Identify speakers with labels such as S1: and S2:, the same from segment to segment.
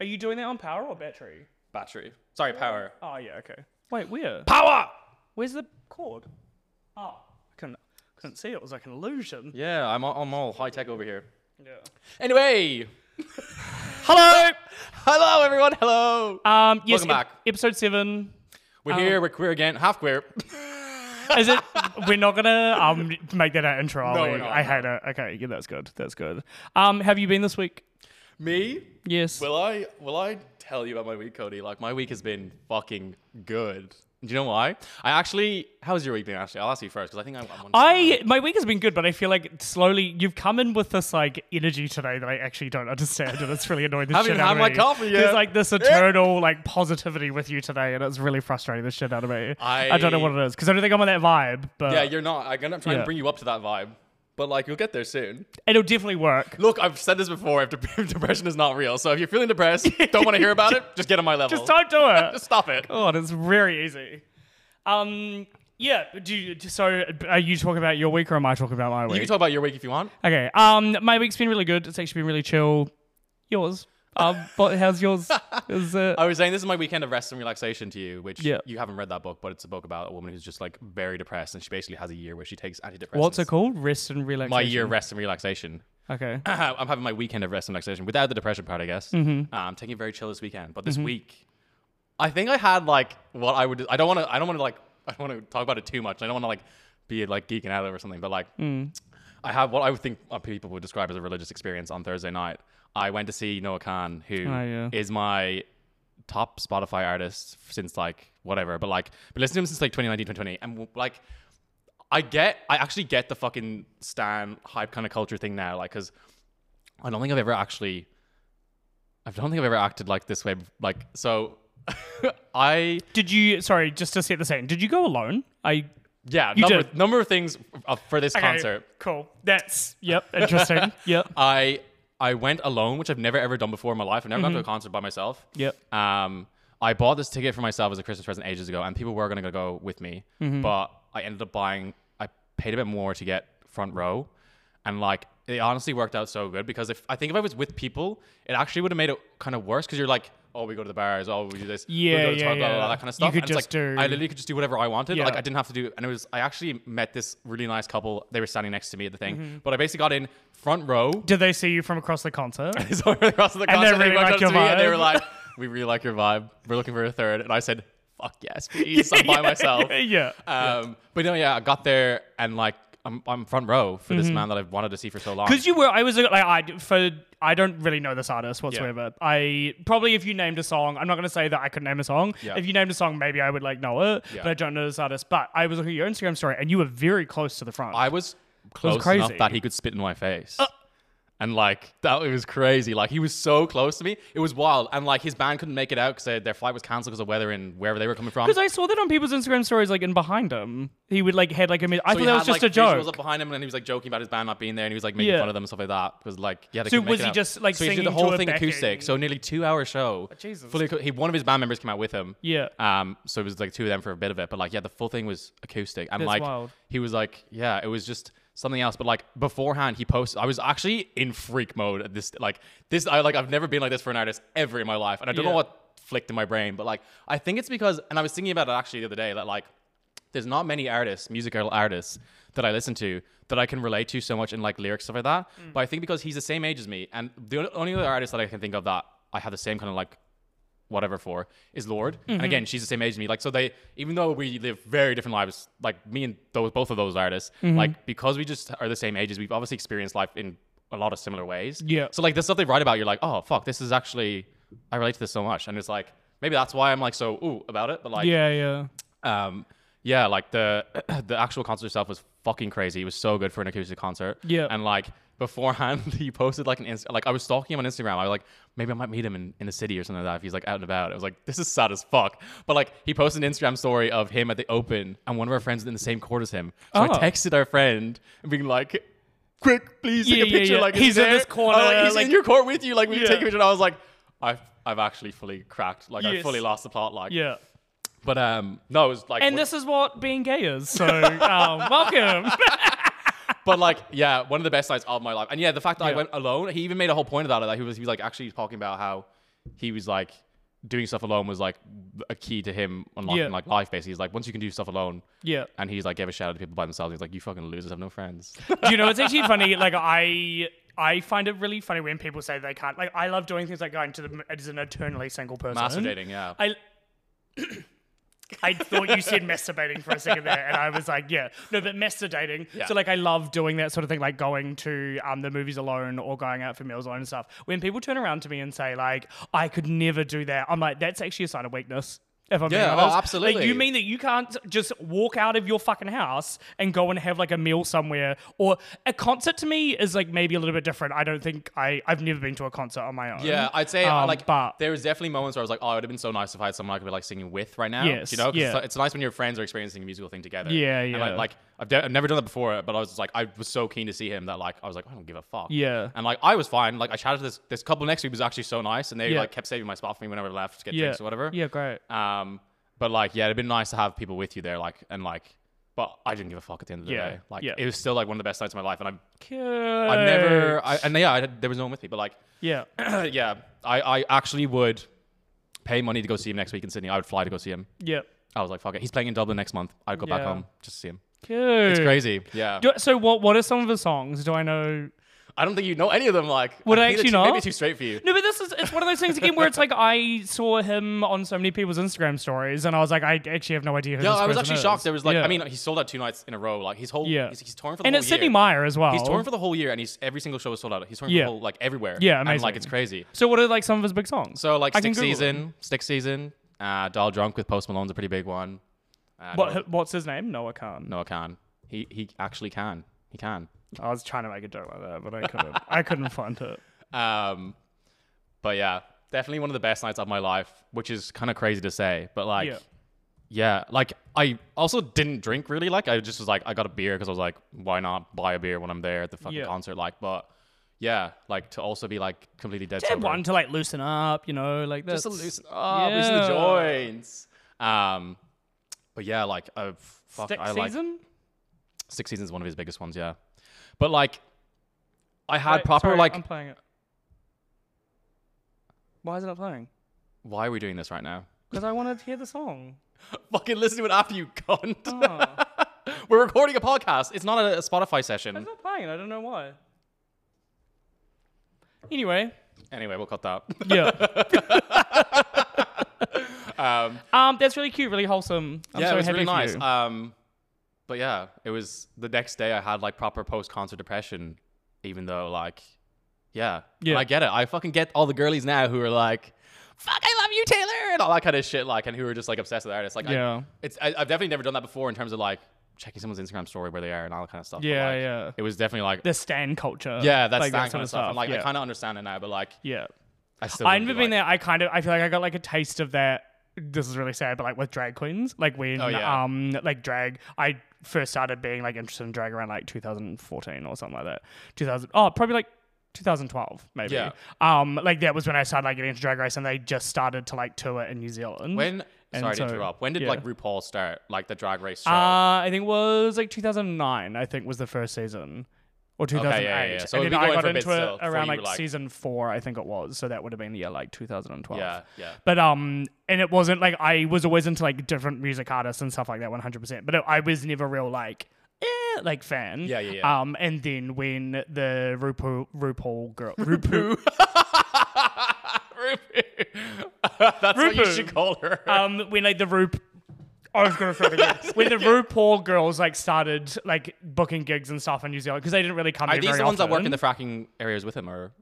S1: Are you doing that on power or battery?
S2: Battery. Sorry, power.
S1: Oh yeah, okay. Wait, where?
S2: Power!
S1: Where's the cord? Oh, I couldn't, couldn't see it. It was like an illusion.
S2: Yeah, I'm all, I'm all high tech over here.
S1: Yeah.
S2: Anyway! Hello! Hello, everyone! Hello! Um,
S1: Um. Yes.
S2: Welcome back.
S1: Episode seven.
S2: We're here, we're queer again, half queer.
S1: Is it? we're not gonna um make that our intro. Are
S2: No,
S1: we?
S2: we're not,
S1: I hate it. Okay. Yeah, that's good. That's good. Um. Have you been this week?
S2: Me?
S1: Yes.
S2: Will I will I tell you about my week, Cody? Like my week has been fucking good. Do you know why? I actually how's your week been actually? I'll ask you first because I think I, I'm on
S1: I my week has been good, but I feel like slowly you've come in with this like energy today that I actually don't understand, and it's really annoying. The
S2: Haven't
S1: shit
S2: even
S1: out
S2: had
S1: of
S2: my
S1: me.
S2: coffee yet.
S1: There's like this eternal like positivity with you today, and it's really frustrating the shit out of me. I, don't know
S2: I-
S1: what it is because I don't think I'm on that vibe, but
S2: Yeah, you're not. I'm gonna try
S1: Yeah.
S2: and bring you up to that vibe. But like you'll get there soon.
S1: it'll definitely work.
S2: Look, I've said this before. If de- depression is not real, so if you're feeling depressed, don't want to hear about it, just get on my level.
S1: Just don't do it.
S2: Just stop it.
S1: God, it's very easy. Um, yeah. Do you, so? Are you talking about your week, or am I talking about my
S2: You
S1: week?
S2: can talk about your week if you want.
S1: okay. Um, my week's been really good. It's actually been really chill. Yours. Um, but how's yours? Is it?
S2: I was saying this is my weekend of rest and relaxation to you, which
S1: Yeah.
S2: you haven't read that book, but it's a book about a woman who's just like very depressed, and she basically has a year where she takes antidepressants.
S1: What's it called? Rest and relaxation.
S2: My year of rest and relaxation.
S1: Okay.
S2: I'm having my weekend of rest and relaxation without the depression part, I guess. Mm-hmm. I'm taking it very chill this weekend, but this
S1: Mm-hmm.
S2: week, I think I had like what I would. I don't want to. I don't want to like. I don't want to talk about it too much. I don't want to like be like geeking out over something, but like,
S1: Mm.
S2: I have what I would think uh, people would describe as a religious experience on Thursday night. I went to see Noah Khan, who is
S1: Oh, yeah.
S2: my top Spotify artist since like whatever, but like, but listening to him since like 2019, 2020, and w- like. I get, I actually get the fucking Stan hype kind of culture thing now, like, because I don't think I've ever actually. I don't think I've ever acted like this way. bef- Like so, I
S1: Did you? Sorry, just to set the scene. Did you go alone? I.
S2: yeah. number
S1: did.
S2: number of things uh, for this
S1: Okay,
S2: concert.
S1: Cool. That's yep. Interesting. yep.
S2: I I went alone, which I've never ever done before in my life. I've never gone to a concert by myself.
S1: Mm-hmm. Yep.
S2: Um, I bought this ticket for myself as a Christmas present ages ago, and people were gonna go with me,
S1: Mm-hmm.
S2: but I ended up buying. I paid a bit more to get front row, and like it honestly worked out so good because if I think if I was with people, it actually would have made it kind of worse because you're like. Oh, we go to the bars. Oh, we do this. we
S1: Yeah,
S2: go to
S1: yeah,
S2: blah, blah,
S1: yeah.
S2: blah, that kind
S1: You
S2: of stuff.
S1: could
S2: and it's
S1: just
S2: like,
S1: do-
S2: I literally could just do whatever I wanted.
S1: Yeah.
S2: Like I didn't have to do, and it was. I actually met this really nice couple. They were standing next to me at the thing,
S1: Mm-hmm.
S2: but I basically got in front row.
S1: Did they see you from across the concert?
S2: It's over across the
S1: And they
S2: concert. They
S1: really
S2: walked
S1: like
S2: up
S1: your
S2: to me and they were
S1: vibe.
S2: like, "We really like your vibe. We're looking for a third. And I said, "Fuck yes, please. I'm by myself."
S1: yeah.
S2: Um, but no, yeah, I got there and like I'm, I'm front row for this man that I've wanted to see for so long.
S1: Because Mm-hmm. you were, I was like, I for I don't really know this artist whatsoever. I probably if you named a song, I'm not gonna say that I could name a song.
S2: Yeah.
S1: If you named a song, maybe I would like know it,
S2: Yeah.
S1: but I don't know this artist. But I was looking at your Instagram story, and you were very close to the front.
S2: I was close
S1: crazy. Uh.
S2: enough that he could spit in my face. and like that, it was crazy. Like he was so close to me, it was wild. And like his band couldn't make it out because their flight was cancelled because of weather and wherever they were coming from.
S1: because I saw that on people's Instagram stories, like in behind him, he would like had like a. mi- I
S2: So
S1: thought
S2: he
S1: that
S2: had,
S1: was just
S2: like,
S1: a
S2: visuals
S1: joke.
S2: up behind him, and he was like joking about his band not being there, and he was like making
S1: Yeah.
S2: fun of them and stuff like that. Because like, yeah, they
S1: So
S2: couldn't make
S1: was
S2: it
S1: he
S2: out.
S1: just, like,
S2: so he did
S1: singing
S2: the whole
S1: to a
S2: thing acoustic?
S1: backing-
S2: So nearly two hour show.
S1: Jesus.
S2: Fully, acou- he one of his band members came out with him.
S1: Yeah.
S2: Um. So it was like two of them for a bit of it, but like, yeah, the full thing was acoustic, and
S1: That's
S2: like,
S1: wild.
S2: he was like, yeah, it was just something else. But like beforehand, he posted. I was actually in freak mode at this. Like this, I like I've never been like this for an artist ever in my life, and I don't
S1: Yeah.
S2: know what flicked in my brain, but like I think it's because, and I was thinking about it actually the other day that like there's not many artists, musical artists that I listen to that I can relate to so much in like lyrics stuff like that. But I think because he's the same age as me, and the o- only other artist that I can think of that I have the same kind of like whatever for is Lord. And again, she's the same age as me. Like so they even though we live very different lives, like me and those both of those artists, like because we just are the same ages, we've obviously experienced life in a lot of similar ways.
S1: Yeah.
S2: So like the stuff they write about, you're like, oh fuck, this is actually I relate to this so much. And it's like maybe that's why I'm like so ooh about it. But like
S1: Yeah, yeah.
S2: um yeah like the the actual concert itself was fucking crazy it was so good for an acoustic concert
S1: Yeah.
S2: and like beforehand he posted like an inst- like i was stalking him on instagram i was like maybe i might meet him in, in the city or something like that if he's like out and about i was like this is sad as fuck but like he posted an instagram story of him at the open and one of our friends was in the same court as him so i
S1: Oh.
S2: texted our friend and being like quick please take
S1: Yeah,
S2: a
S1: yeah,
S2: picture
S1: yeah.
S2: like
S1: He's in
S2: there.
S1: this corner,
S2: I was like, he's
S1: like-
S2: in your court with you like we
S1: Yeah.
S2: you take a picture and i was like i've i've actually fully cracked like
S1: Yes.
S2: i fully lost the plot like
S1: Yeah.
S2: but um no it was like
S1: And
S2: one-
S1: this is what being gay is. So um, welcome.
S2: But like, yeah, one of the best nights of my life. And yeah, the fact that
S1: Yeah.
S2: I went alone, he even made a whole point about it. That he was he was like actually talking about how he was like doing stuff alone was like a key to him unlocking
S1: Yeah.
S2: like life. Basically, he's like once you can do stuff alone,
S1: Yeah.
S2: and he's like gave a shout out to people by themselves. He's like, you fucking losers have no friends.
S1: Do you know it's actually funny? Like I. I find it really funny when people say they can't. Like, I love doing things like going to the as an eternally single person.
S2: Master dating, yeah.
S1: I I thought you said masturbating for a second there, and I was like, yeah, no, but masturbating.
S2: Yeah.
S1: So like, I love doing that sort of thing, like going to um the movies alone or going out for meals alone and stuff. When people turn around to me and say like, I could never do that, I'm like, that's actually a sign of weakness. If I'm being
S2: Yeah, oh,
S1: honest. Like,
S2: absolutely.
S1: you mean that you can't just walk out of your fucking house and go and have like a meal somewhere or a concert? To me, is like maybe a little bit different. I don't think I I've never been to a concert on my own.
S2: Yeah, I'd say uh,
S1: Um,
S2: like
S1: but
S2: there was definitely moments where I was like, oh, it would have been so nice if I had someone I could be like singing with right now.
S1: Yes,
S2: you know, 'Cause
S1: yeah.
S2: it's, it's nice when your friends are experiencing a musical thing together.
S1: Yeah,
S2: And,
S1: yeah.
S2: like, like, I've, de- I've never done that before, but I was just like, I was so keen to see him that like I was like, I don't give a fuck.
S1: Yeah.
S2: And like I was fine. Like I chatted to this this couple next week was actually so nice, and they
S1: Yeah.
S2: like kept saving my spot for me whenever I left to get
S1: yeah,
S2: drinks or whatever.
S1: Yeah, great.
S2: Um, but like, yeah, it'd been nice to have people with you there, like, and like, but I didn't give a fuck at the end of the
S1: Yeah,
S2: day. Like,
S1: yeah.
S2: it was still like one of the best nights of my life, and I'm,
S1: Cute.
S2: I never, I, and yeah, I, had- there was no one with me, but like,
S1: Yeah.
S2: yeah, I, I actually would pay money to go see him next week in Sydney. I would fly to go see him.
S1: Yeah.
S2: I was like, fuck it. He's playing in Dublin next month. I'd go back
S1: Yeah.
S2: home just to see him.
S1: Cute.
S2: It's crazy. Yeah.
S1: Do- so what what are some of the songs? Do I know
S2: I don't think you know any of them. Like,
S1: Would I
S2: think they're
S1: actually
S2: too- Maybe
S1: not?
S2: it's too straight for you.
S1: No, but this is it's one of those things again where it's like I saw him on so many people's Instagram stories and I was like, I actually have no idea who
S2: No,
S1: this
S2: I was
S1: person
S2: actually
S1: is.
S2: shocked. There was like,
S1: Yeah.
S2: I mean, he sold out two nights in a row. Like, his whole,
S1: Yeah.
S2: he's, he's torn for the
S1: And
S2: whole
S1: it's Sydney
S2: year.
S1: Meyer as well.
S2: He's torn for the whole year, and he's every single show is sold out. He's torn
S1: Yeah.
S2: for the whole like everywhere.
S1: Yeah,
S2: And like
S1: amazing.
S2: it's crazy.
S1: so what are like some of his big songs?
S2: So like
S1: I can
S2: stick
S1: Google them.
S2: season, stick season, uh, Doll Drunk with Post Malone's a pretty big one. Uh, Noah,
S1: What what's his name? Noah Khan.
S2: Noah Khan. He he actually can. He can.
S1: I was trying to make a joke like that, but I couldn't. I couldn't find it.
S2: Um, but yeah, definitely one of the best nights of my life, which is kind of crazy to say. But like, yeah.
S1: Yeah.
S2: like I also didn't drink really. Like I just was like, I got a beer because I was like, why not buy a beer when I'm there at the fucking
S1: Yeah.
S2: concert? Like, but yeah, like to also be like completely dead
S1: Had
S2: sober,
S1: one to like loosen up, you know, like
S2: just
S1: this.
S2: to loosen up, loosen the
S1: Yeah.
S2: joints. Um, but yeah, like uh, fuck,
S1: Stick
S2: I like
S1: season?
S2: six seasons is one of his biggest ones. Yeah, but like. I had
S1: Wait,
S2: proper
S1: sorry,
S2: like.
S1: I'm playing it. Why is it not playing?
S2: Why are we doing this right now?
S1: Because I wanted to hear the song.
S2: Fucking listen to it after you cunt.
S1: Oh.
S2: We're recording a podcast. It's not a, a Spotify session.
S1: It's not playing. I don't know why. Anyway,
S2: Anyway, we'll cut that.
S1: yeah. um, that's really cute, really wholesome. I'm
S2: yeah,
S1: so
S2: it was
S1: happy
S2: really
S1: for
S2: nice.
S1: you.
S2: Um, but yeah, it was the next day. I had like proper post concert depression, even though like, yeah,
S1: Yeah.
S2: And I get it. I fucking get all the girlies now who are like, "Fuck, I love you, Taylor," and all that kind of shit. Like, and who are just like obsessed with the artist. Like, I-
S1: Yeah.
S2: it's I, I've definitely never done that before in terms of like checking someone's Instagram story where they are and all that kind of stuff. but,
S1: Yeah,
S2: like,
S1: yeah.
S2: It was definitely like,
S1: the stan culture.
S2: yeah, that's
S1: like
S2: that,
S1: sort
S2: kind of stuff. And like,
S1: yeah.
S2: I kind of understand it now, but like,
S1: yeah.
S2: I still.
S1: I
S2: wouldn't
S1: remember
S2: be,
S1: being
S2: like-
S1: there. I kind of, I feel like I got like a taste of that. This is really sad, but like with drag queens, like when,
S2: Oh, yeah.
S1: um, like drag, I first started being like interested in drag around like 2014 or something like that. 2000, oh, probably like 2012 maybe.
S2: Yeah.
S1: Um, like that was when I started like getting into drag race, and they just started to like tour in New Zealand.
S2: When
S1: And
S2: sorry
S1: so-
S2: to interrupt. When did
S1: yeah.
S2: like RuPaul start like the drag race show?
S1: Uh, I think it was like 2009. I think was the first season, or 2008.
S2: yeah, yeah. So
S1: and
S2: it'd
S1: then
S2: be
S1: I
S2: going
S1: got
S2: for a bit
S1: into it
S2: still, before
S1: around
S2: you were,
S1: like,
S2: like-
S1: season four, I think it was. So that would have been yeah, like 2012.
S2: Yeah, yeah.
S1: But um, and it wasn't like I was always into like different music artists and stuff like that, 100. percent But it, I was never real like. Eh, like fan,
S2: Yeah, yeah, yeah.
S1: Um, and then when the RuPaul, RuPaul girl, RuPaul,
S2: Rupu. That's what you
S1: Rupu.
S2: should call her.
S1: um, when like the Ru, I was gonna fucking get- when the RuPaul girls like started like booking gigs and stuff in New Zealand because they didn't really come.
S2: Are
S1: there
S2: these
S1: very
S2: the ones that work
S1: often.
S2: in the fracking areas with him, or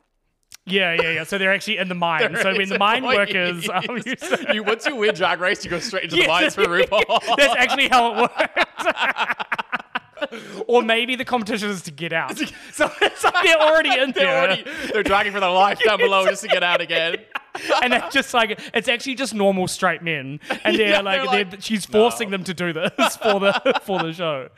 S1: Yeah, yeah, yeah. So they're actually in the mine. so when the mine workers, um,
S2: Employees.
S1: use-
S2: you once you win drag race, you go straight into the
S1: Yes.
S2: mines for RuPaul.
S1: that's actually how it works. or maybe the competition is to get out. So it's like they're already in
S2: they're
S1: there,
S2: already they're dragging for their life down below just to get out again.
S1: and it's just like it's actually just normal straight men, and they're
S2: Yeah,
S1: like,
S2: they're
S1: they're
S2: like,
S1: she's forcing
S2: "No."
S1: them to do this for the for the show.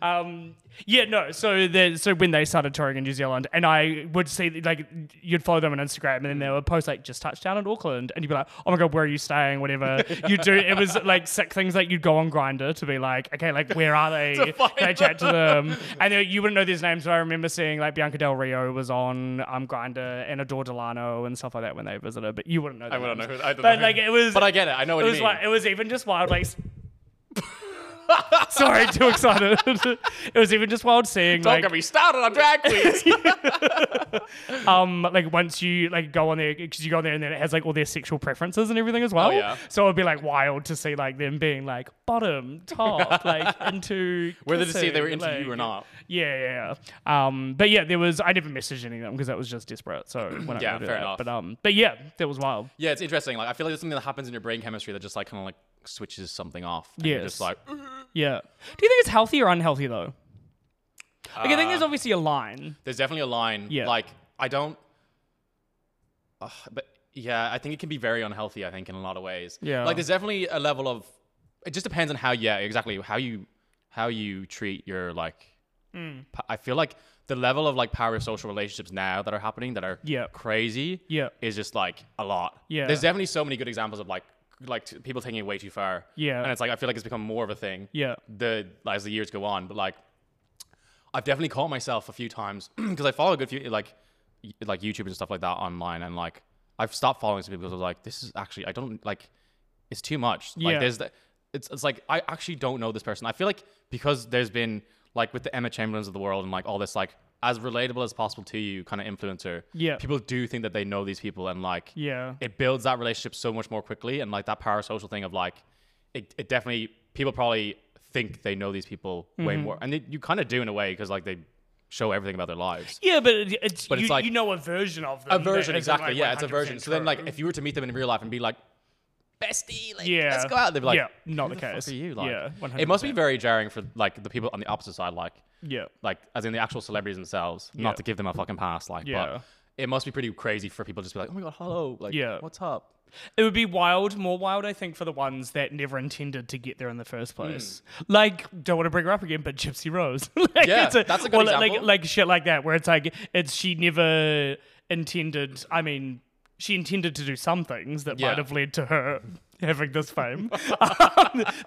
S1: Um, Yeah, no. So the so when they started touring in New Zealand, and I would see like you'd follow them on Instagram, and then they would post like just touched down in Auckland, and you'd be like, oh my god, where are you staying? Whatever you do, it was like sick things like you'd go on Grinder to be like, okay, like where are they?
S2: find
S1: Can I chat to them? And then you wouldn't know these names, but I remember seeing like Bianca Del Rio was on um Grinder and Adore Delano and stuff like that when they visited, but you wouldn't know.
S2: I wouldn't know who- I don't
S1: but
S2: know who-
S1: like it was,
S2: But I get it. I know what
S1: it
S2: you
S1: was
S2: mean.
S1: like it was even just wild like s- sorry too excited it was even just wild seeing
S2: Don't
S1: like
S2: get me started on drag queens.
S1: um like once you like go on there because you go on there and then it has like all their sexual preferences and everything as well
S2: Oh, yeah.
S1: so it'd be like wild to see like them being like bottom top like into
S2: Whether to see if they were
S1: kissing,
S2: into you or not.
S1: yeah yeah, yeah um but yeah there was I never messaged any of them because that was just desperate so when
S2: Yeah,
S1: I
S2: fair
S1: that.
S2: enough.
S1: but um but yeah that was wild
S2: yeah, it's interesting. Like I feel like there's something that happens in your brain chemistry that just like kind of like switches something off. And you're
S1: Yes.
S2: just like
S1: yeah do you think it's healthy or unhealthy though like I think
S2: Uh,
S1: there's obviously a line
S2: there's definitely a line.
S1: Yeah.
S2: Like I don't. Ugh, but yeah, I think it can be very unhealthy. I think in a lot of ways.
S1: Yeah.
S2: Like there's definitely a level of. It just depends on how. Yeah, exactly how you how you treat your like.
S1: Mm.
S2: pa- I feel like the level of like power social relationships now that are happening that are
S1: Yeah.
S2: crazy
S1: Yeah.
S2: is just like a lot.
S1: Yeah.
S2: There's definitely so many good examples of like like t- people taking it way too far.
S1: Yeah.
S2: And it's like I feel like it's become more of a thing
S1: Yeah.
S2: the as the years go on. But like, I've definitely caught myself a few times because I follow a good few like y- like YouTube and stuff like that online, and like I've stopped following some people because I was like, this is actually I don't like it's too much.
S1: Yeah.
S2: Like there's the, it's it's like I actually don't know this person. I feel like because there's been like with the Emma Chamberlains of the world and like all this like as relatable as possible to you kind of influencer.
S1: Yeah.
S2: People do think that they know these people and like
S1: yeah
S2: it builds that relationship so much more quickly and like that parasocial thing of like it, it definitely people probably think they know these people way more and they, you kind of do in a way because like they show everything about their lives
S1: Yeah, but it- it's,
S2: But
S1: you,
S2: it's like-
S1: you know a version of them.
S2: a
S1: that
S2: version
S1: isn't,
S2: exactly
S1: like,
S2: yeah it's a
S1: 100%
S2: version so then like
S1: true.
S2: if you were to meet them in real life and be like bestie like
S1: yeah,
S2: let's go out they'd be like
S1: yeah, not the,
S2: "Who
S1: case.
S2: fuck are you like
S1: yeah, 100%.
S2: it must be very jarring for like the people on the opposite side like
S1: Yeah,
S2: like as in the actual celebrities themselves
S1: Yeah.
S2: not to give them a fucking pass like
S1: Yeah.
S2: but it must be pretty crazy for people to just be like oh my god hello like
S1: Yeah.
S2: what's up
S1: it would be wild, more wild, I think, for the ones that never intended to get there in the first
S2: Hmm.
S1: place. Like, don't want to bring her up again, but Gypsy Rose. like,
S2: Yeah, that's a good
S1: or like- Like,
S2: example.
S1: like shit like that, where it's like it's she never intended. I mean, she intended to do some things that
S2: Yeah.
S1: might have led to her having this fame,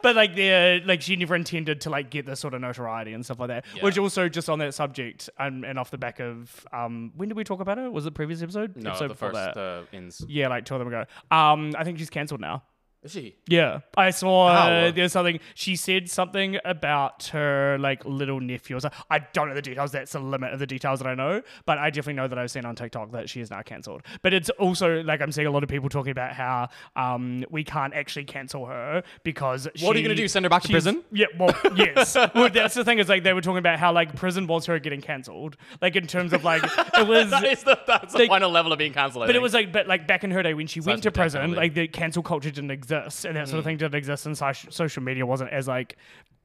S1: but like they're like she never intended to like get this sort of notoriety and stuff like that. Which
S2: Yeah.
S1: also just on that subject and, and off the back of um, when did we talk about it? Was it previous episode?
S2: no
S1: episode
S2: the
S1: before
S2: first
S1: that.
S2: uh, ins
S1: Yeah, like two of them ago. Um, I think she's cancelled now.
S2: Is she?
S1: Yeah, I saw uh,
S2: How?
S1: there's something she said something about her like little nephew. Or so- I don't know the details. That's the limit of the details that I know, but I definitely know that I've seen on TikTok that she is now cancelled. But it's also like I'm seeing a lot of people talking about how um we can't actually cancel her because
S2: What are you gonna do, send her back to
S1: she's-
S2: prison?
S1: Yeah, well, yes. well, that's the thing is like they were talking about how like prison was her getting cancelled, like in terms of like it was
S2: It's the, that's the
S1: They-
S2: final level of being cancelled.
S1: But it was like, but like back in her day when she went
S2: it's
S1: to prison,
S2: definitely-
S1: like the cancel culture didn't exist, and that
S2: Mm.
S1: sort of thing didn't exist, and so- social media wasn't as like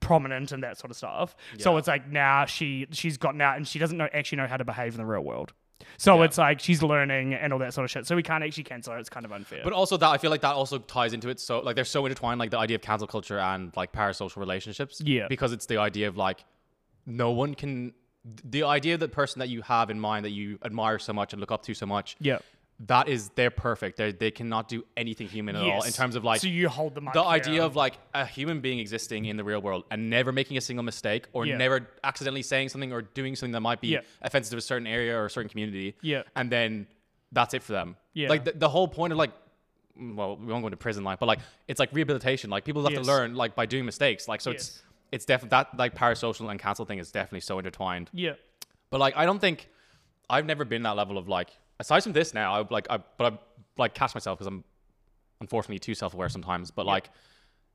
S1: prominent and that sort of stuff. So
S2: Yeah.
S1: it's like now she she's gotten out and she doesn't know actually know how to behave in the real world. So it's like she's learning and all that sort of shit. So we can't actually cancel her. It's kind of unfair.
S2: But also that I feel like that also ties into it. So like they're so intertwined, like the idea of cancel culture and like parasocial relationships.
S1: Yeah.
S2: Because it's the idea of like no one can. The idea of the person that you have in mind that you admire so much and look up to so much.
S1: yeah,
S2: That is they're perfect. They they cannot do anything human at all in
S1: Yes.
S2: terms of like
S1: so you hold them up.
S2: the
S1: yeah.
S2: idea of like a human being existing in the real world and never making a single mistake or
S1: Yeah.
S2: never accidentally saying something or doing something that might be
S1: Yeah.
S2: offensive to a certain area or a certain community.
S1: Yeah.
S2: And then that's it for them.
S1: Yeah.
S2: Like the, the whole point of like, mm, well, we won't go into prison life, but like it's like rehabilitation. Like people have
S1: Yes.
S2: to learn like by doing mistakes. Like so
S1: Yes.
S2: it's it's definitely that like parasocial and cancel thing is definitely so intertwined.
S1: yeah,
S2: But like, I don't think I've never been that level of like. Aside from this, now I like, I but I like catch myself because I'm unfortunately too self-aware sometimes. But like,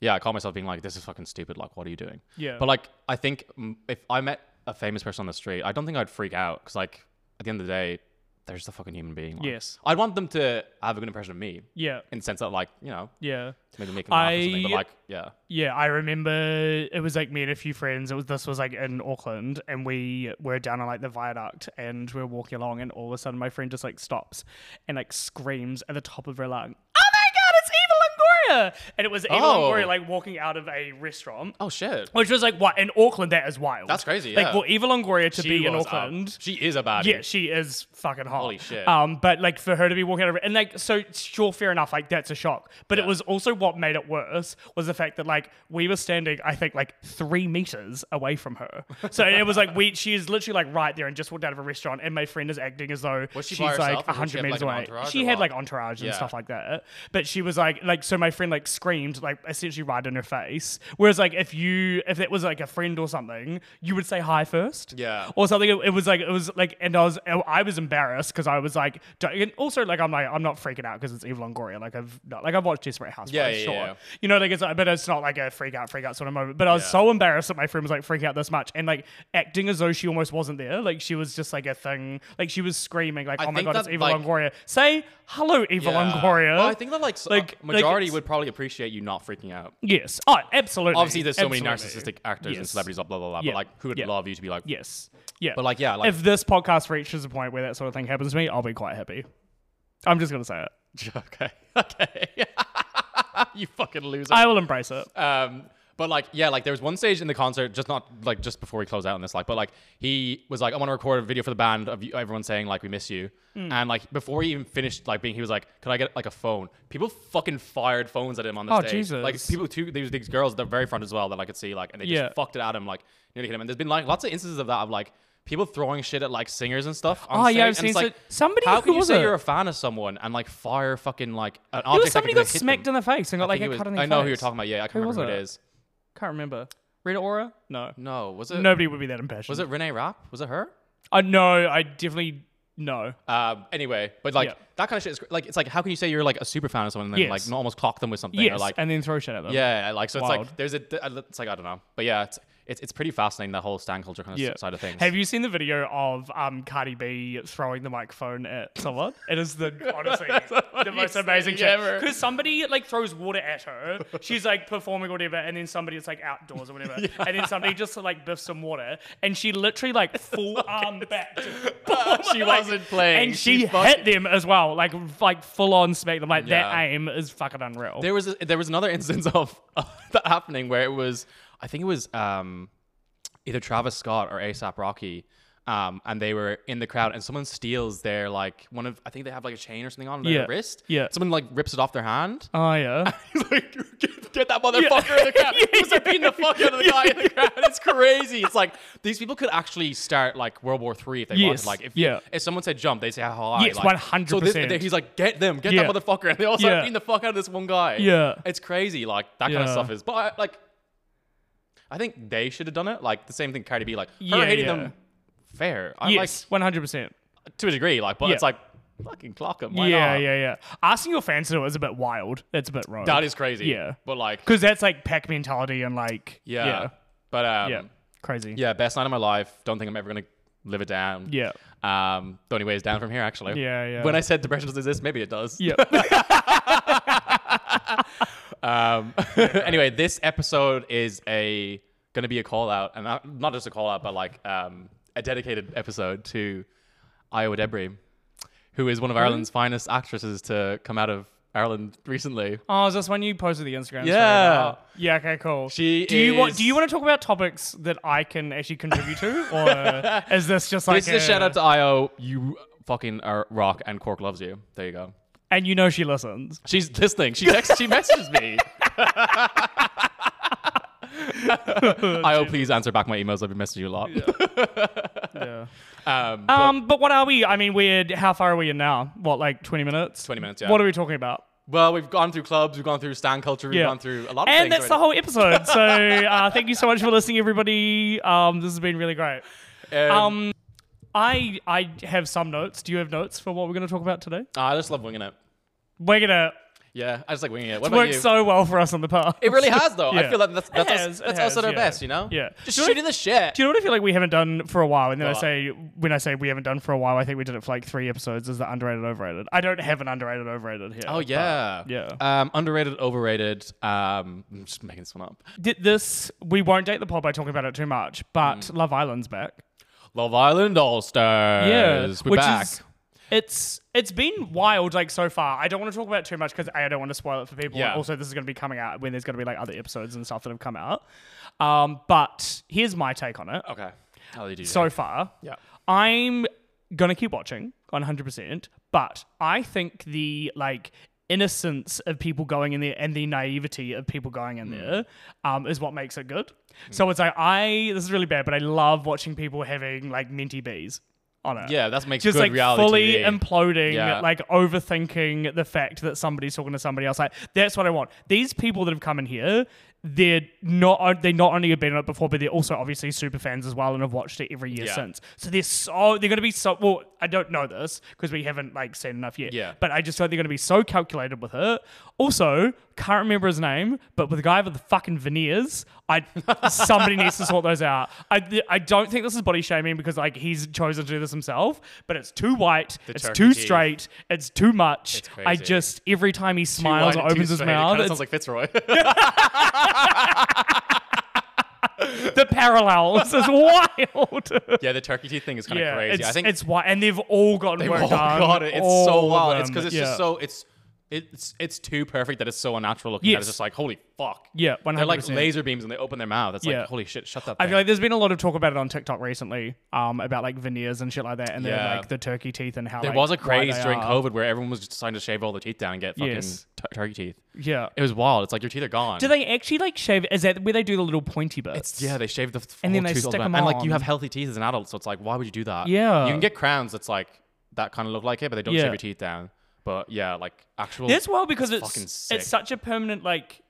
S2: yeah, I call myself being like, this is fucking stupid. Like, what are you doing?
S1: Yeah.
S2: But like, I think mm, if I met a famous person on the street, I don't think I'd freak out because like at the end of the day, they're just a fucking human being. Like,
S1: Yes.
S2: I'd want them to have a good impression of me
S1: yeah,
S2: in the sense that like you know
S1: yeah.
S2: maybe make them laugh or something. But
S1: I-
S2: like, yeah,
S1: Yeah, I remember it was like me and a few friends. It was this was like in Auckland, and we were down on like the viaduct, and we were walking along, and all of a sudden my friend just like stops and like screams at the top of her lung, "Oh my god, it's yeah. And it was Eva
S2: Oh.
S1: Longoria like walking out of a restaurant.
S2: Oh shit.
S1: Which was like what in Auckland that is wild.
S2: That's crazy,
S1: Like
S2: yeah.
S1: for Eva Longoria to
S2: She
S1: be in
S2: was a-
S1: Auckland.
S2: she is a baddie.
S1: Yeah, she is fucking hot.
S2: Holy shit.
S1: Um, but like for her to be walking out of and like so sure, fair enough, like that's a shock. But it
S2: Yeah.
S1: was also what made it worse was the fact that like we were standing, I think, like three meters away from her. So it was like we she is literally like right there and just walked out of a restaurant and my friend is acting as though
S2: Was she
S1: she's
S2: by
S1: like
S2: herself, or did she
S1: hundred
S2: have,
S1: meters
S2: like, an
S1: away.
S2: entourage
S1: She
S2: or
S1: had
S2: what?
S1: like entourage and
S2: Yeah.
S1: stuff like that. But she was like like so my friend like screamed like essentially right in her face. Whereas like if you if that was like a friend or something, you would say hi first
S2: Yeah.
S1: or something. It, it was like it was like, and I was I was embarrassed because I was like, don't- and also like I'm like I'm not freaking out because it's Eva Longoria. Like I've not, like I've watched Desperate Housewives,
S2: Yeah, yeah,
S1: sure.
S2: yeah.
S1: You know, like it's but it's not like a freak out, freak out sort of moment. But I was
S2: Yeah.
S1: so embarrassed that my friend was like freaking out this much and like acting as though she almost wasn't there. Like she was just like a thing. Like she was screaming like,
S2: I
S1: oh my
S2: think
S1: god, it's
S2: that,
S1: Eva
S2: like-
S1: Longoria. Say hello, Eva
S2: Yeah.
S1: Longoria.
S2: Well, I think that like, s-
S1: Like-
S2: a majority
S1: like-
S2: would probably appreciate you not freaking out.
S1: yes. Oh, absolutely.
S2: Obviously, there's so many
S1: Absolutely.
S2: narcissistic actors and
S1: Yes.
S2: celebrities, blah blah blah. blah
S1: Yeah.
S2: But like, who would
S1: Yeah.
S2: love you to be like?
S1: Yes. Yeah.
S2: But like, yeah, like
S1: if this podcast reaches a point where that sort of thing happens to me, I'll be quite happy. I'm just gonna say it.
S2: okay, okay, you fucking loser.
S1: I will embrace it.
S2: Um, but like, yeah, like there was one stage in the concert, just not like just before we close out on this, like, but like he was like, I want to record a video for the band of you, everyone saying like we miss you,
S1: Hmm.
S2: and like before he even finished like being, he was like, can I get like a phone? People fucking fired phones at him on the
S1: Oh,
S2: stage.
S1: Jesus.
S2: Like people, two these, these girls at the very front as well that I could see, like, and they
S1: Yeah.
S2: just fucked it at him, like nearly hit him. And there's been like lots of instances of that of like. People throwing shit at like singers and stuff. On
S1: Oh,
S2: stage.
S1: yeah, I've
S2: and
S1: seen
S2: it's,
S1: so-
S2: like,
S1: somebody-
S2: How
S1: who
S2: can you
S1: was
S2: say
S1: it?
S2: you're a fan of someone and like fire fucking like an
S1: There was
S2: object? that
S1: somebody
S2: could,
S1: got
S2: like, hit
S1: smacked
S2: them?
S1: in the face and got
S2: I
S1: like
S2: think
S1: hit
S2: it was-
S1: cut in the
S2: I
S1: face.
S2: know who you're talking about. Yeah, I can't
S1: Who
S2: remember
S1: was
S2: who it
S1: it?
S2: is.
S1: Can't remember. Rita Ora? No.
S2: No, was it?
S1: Nobody would be that impassioned.
S2: Was it Renee Rapp? Was it her?
S1: Uh, no, I definitely no.
S2: Um, anyway, but like
S1: Yeah.
S2: that kind of shit is like it's like how can you say you're like a super fan of someone and then
S1: Yes.
S2: like not almost clock them with something? Or
S1: Yes,
S2: like
S1: and then throw shit at them.
S2: yeah, like so it's
S1: Wild.
S2: like there's a th- it's like I don't know, but yeah, it's it's, it's pretty fascinating the whole stan culture kind of
S1: Yeah.
S2: side of things.
S1: Have you seen the video of um, Cardi B throwing the microphone at someone? It is the honestly the most
S2: seen
S1: amazing shit.
S2: ever.
S1: Because somebody like throws water at her. She's like performing or whatever, and then somebody it's like outdoors or whatever, and then somebody just like biffs some water, and she literally like full arm back. to-
S2: she
S1: like-
S2: wasn't playing,
S1: and she,
S2: she
S1: hit
S2: fucking-
S1: them as well, like like full on smack them. Like that
S2: Yeah.
S1: aim is fucking unreal.
S2: There was a, there was another instance of that happening where it was I think it was um, either Travis Scott or ASAP Rocky. Um, and they were in the crowd, and someone steals their like one of I think they have like a chain or something on their
S1: Yeah.
S2: wrist.
S1: Yeah.
S2: someone like rips it off their hand,
S1: oh yeah.
S2: He's like, get, get that motherfucker in the crowd. He was like beating the fuck out of the guy in the crowd. It's crazy. It's like these people could actually start like World War Three if they
S1: Yes,
S2: wanted. Like if
S1: yeah.
S2: if someone said jump, they say how high.
S1: Yes,
S2: like,
S1: 100%.
S2: So this- he's like, get them, get
S1: Yeah.
S2: that motherfucker, and they all start
S1: Yeah.
S2: beating the fuck out of this one guy.
S1: Yeah.
S2: it's crazy. Like that kind
S1: Yeah.
S2: of stuff is, but I- like, I think they should have done it. Like the same thing Cardi B, like her
S1: Yeah,
S2: hating
S1: yeah.
S2: them, fair. I
S1: Yes, one hundred percent.
S2: like to a degree, like, but
S1: Yeah.
S2: it's like fucking clock them. Why
S1: Yeah,
S2: not?
S1: yeah, yeah. Asking your fans to do it is a bit wild. That's a bit wrong.
S2: That is crazy.
S1: Yeah.
S2: but like,
S1: because that's like pack mentality and like
S2: yeah,
S1: yeah,
S2: but um.
S1: yeah. crazy.
S2: Yeah, best night of my life. Don't think I'm ever gonna live it down.
S1: Yeah.
S2: Um, the only way is down from here, actually.
S1: Yeah, yeah.
S2: When I said depression doesn't exist, maybe it does.
S1: yeah.
S2: Um, anyway, this episode is a gonna be a call out, and not, not just a call out, but like um, a dedicated episode to Iowa Debris, who is one of Ireland's finest actresses to come out of Ireland recently.
S1: oh, is this one you posted the Instagram? story
S2: Yeah.
S1: about? Yeah. Okay. Cool.
S2: She
S1: Do you want?
S2: is-
S1: Do you want to talk about topics that I can actually contribute to, or is this just like
S2: This is a shout out to Io. You fucking are rock, and Cork loves you. There you go.
S1: And you know she listens.
S2: She's listening. She texts. She messages me. I will please answer back my emails. I've been messaging you a lot.
S1: Yeah.
S2: Um, but
S1: um. But what are we? I mean, we're how far are we in now? What like twenty minutes?
S2: 20 minutes, yeah.
S1: What are we talking about?
S2: well, we've gone through clubs. We've gone through stand culture. We've
S1: Yeah.
S2: gone through a lot of things.
S1: And that's the
S2: already.
S1: whole episode. So uh, thank you so much for listening, everybody. Um, this has been really great.
S2: Um,
S1: Um, I I have some notes. Do you have notes for what we're going to talk about today?
S2: Ah, I just love winging it.
S1: We're gonna
S2: Yeah, I just like winging it. What about
S1: work
S2: you?
S1: so well for us on the path.
S2: it really has though.
S1: Yeah.
S2: I feel like that's
S1: It
S2: that's, us,
S1: has, it
S2: that's us at
S1: has,
S2: our
S1: yeah.
S2: best. You know.
S1: Yeah.
S2: Just
S1: Do you know-
S2: shooting the shit.
S1: Do you know what I feel like we haven't done for a while? And then I
S2: What?
S1: say when I say we haven't done for a while, I think we did it for like three episodes. Is the underrated overrated? I don't have an underrated overrated here.
S2: Oh
S1: but-
S2: yeah,
S1: yeah.
S2: Um, underrated, overrated. Um, I'm just making this one up.
S1: Did this? We won't date the pod by talking about it too
S2: Mm.
S1: much. But Love Island's back.
S2: Love Island All Stars.
S1: Yeah,
S2: we're
S1: which
S2: back.
S1: is- it's it's been wild like so far. I don't want to talk about it too much because I don't want to spoil it for people.
S2: Yeah.
S1: Also, this is going to be coming out when there's going to be like other episodes and stuff that have come out. Um, but here's my take on it
S2: Okay. How do you do
S1: so far.
S2: Yeah.
S1: I'm gonna keep watching 100%, but I think the like innocence of people going in there and the naivety of people going
S2: Hmm.
S1: in there um, is what makes it good. So it's like I this is really bad, but I love watching people having like minty bees on it.
S2: Yeah, that makes
S1: Just
S2: good
S1: like
S2: reality
S1: fully
S2: TV.
S1: imploding,
S2: Yeah.
S1: like overthinking the fact that somebody's talking to somebody else. Like that's what I want. These people that have come in here, they're not they not only have been on it before, but they're also obviously super fans as well and have watched it every year
S2: Yeah.
S1: since. So they're so they're going to be so well. I don't know this because we haven't like seen enough yet.
S2: Yeah.
S1: But I just feel like they're going to be so calculated with it. Also, can't remember his name, but with the guy with the fucking veneers, I somebody needs to sort those out. I I don't think this is body shaming because like he's chosen to do this himself, but it's too white, it's
S2: turkey
S1: too
S2: teeth.
S1: straight, it's too much.
S2: It's
S1: I
S2: crazy.
S1: just every time he smiles or opens his mouth,
S2: It
S1: it's
S2: sounds like Fitzroy.
S1: the parallels is wild.
S2: yeah, the turkey teeth thing is kind of
S1: yeah,
S2: crazy.
S1: it's,
S2: I think
S1: it's wild, and they've all gotten
S2: They've
S1: work
S2: all
S1: done.
S2: got it. It's so
S1: all of
S2: wild. It's
S1: them.
S2: because it's
S1: Yeah.
S2: just so it's it's it's too perfect that it's so unnatural looking. That
S1: Yes.
S2: it's just like holy fuck.
S1: Yeah,
S2: They're like
S1: 100%.
S2: laser beams and they open their mouth. It's like
S1: Yeah.
S2: holy shit. Shut that.
S1: I
S2: thing.
S1: feel like there's been a lot of talk about it on TikTok recently, um, about like veneers and shit like that, and
S2: Yeah.
S1: then like the turkey teeth and how
S2: there
S1: like,
S2: was a
S1: why
S2: craze
S1: they
S2: during
S1: are.
S2: COVID where everyone was just deciding to shave all their teeth down and get fucking
S1: Yes.
S2: tu- turkey teeth.
S1: Yeah.
S2: It was wild. It's like your teeth are gone.
S1: Do they actually like shave? Is that where they do the little pointy bits?
S2: yeah, they shave the f-
S1: And then
S2: whole
S1: they
S2: tooth all
S1: stick
S2: down.
S1: 'em
S2: And like
S1: on.
S2: you have healthy teeth as an adult, so it's like why would you do that?
S1: Yeah.
S2: you can get crowns that's like that kind of look like it, but they don't
S1: Yeah.
S2: shave your teeth down. But yeah, like actual.
S1: That's well because
S2: That's
S1: it's
S2: fucking
S1: it's,
S2: sick.
S1: such a permanent like.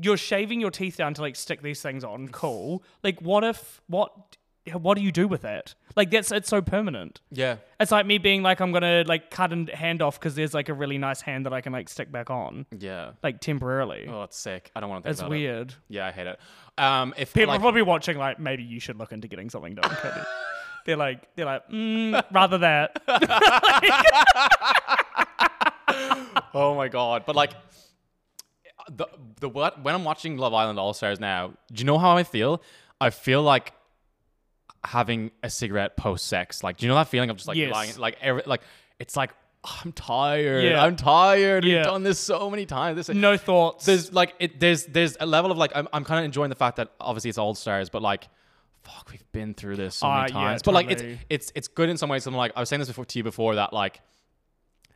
S1: You're shaving your teeth down to like stick these things on. Cool. Like, what if what? What do you do with that? Like, that's it's so permanent.
S2: yeah,
S1: It's like me being like, I'm gonna like cut and hand off because there's like a really nice hand that I can like stick back on,
S2: yeah.
S1: like temporarily.
S2: Oh, it's sick. I don't want to think
S1: That's
S2: about it.
S1: weird.
S2: Yeah, I hate it. Um, if
S1: People
S2: like,
S1: are probably watching like maybe you should look into getting something done. Cody. they're like they're like mm, rather that.
S2: oh my god, but like the the what when I'm watching Love Island All Stars now, do you know how I feel? I feel like having a cigarette post sex. Like, do you know that feeling of just like
S1: Yes.
S2: lying, like every, like it's like "Oh, I'm tired.
S1: Yeah.
S2: I'm tired.
S1: Yeah.
S2: We've done this so many times. This
S1: No thoughts.
S2: there's like it there's there's a level of like I'm, I'm kind of enjoying the fact that obviously it's all stars but like fuck we've been through this so
S1: Ah,
S2: many
S1: yeah,
S2: times but like it's
S1: totally.
S2: it's it's good in some ways I'm like I was saying this before to you before that like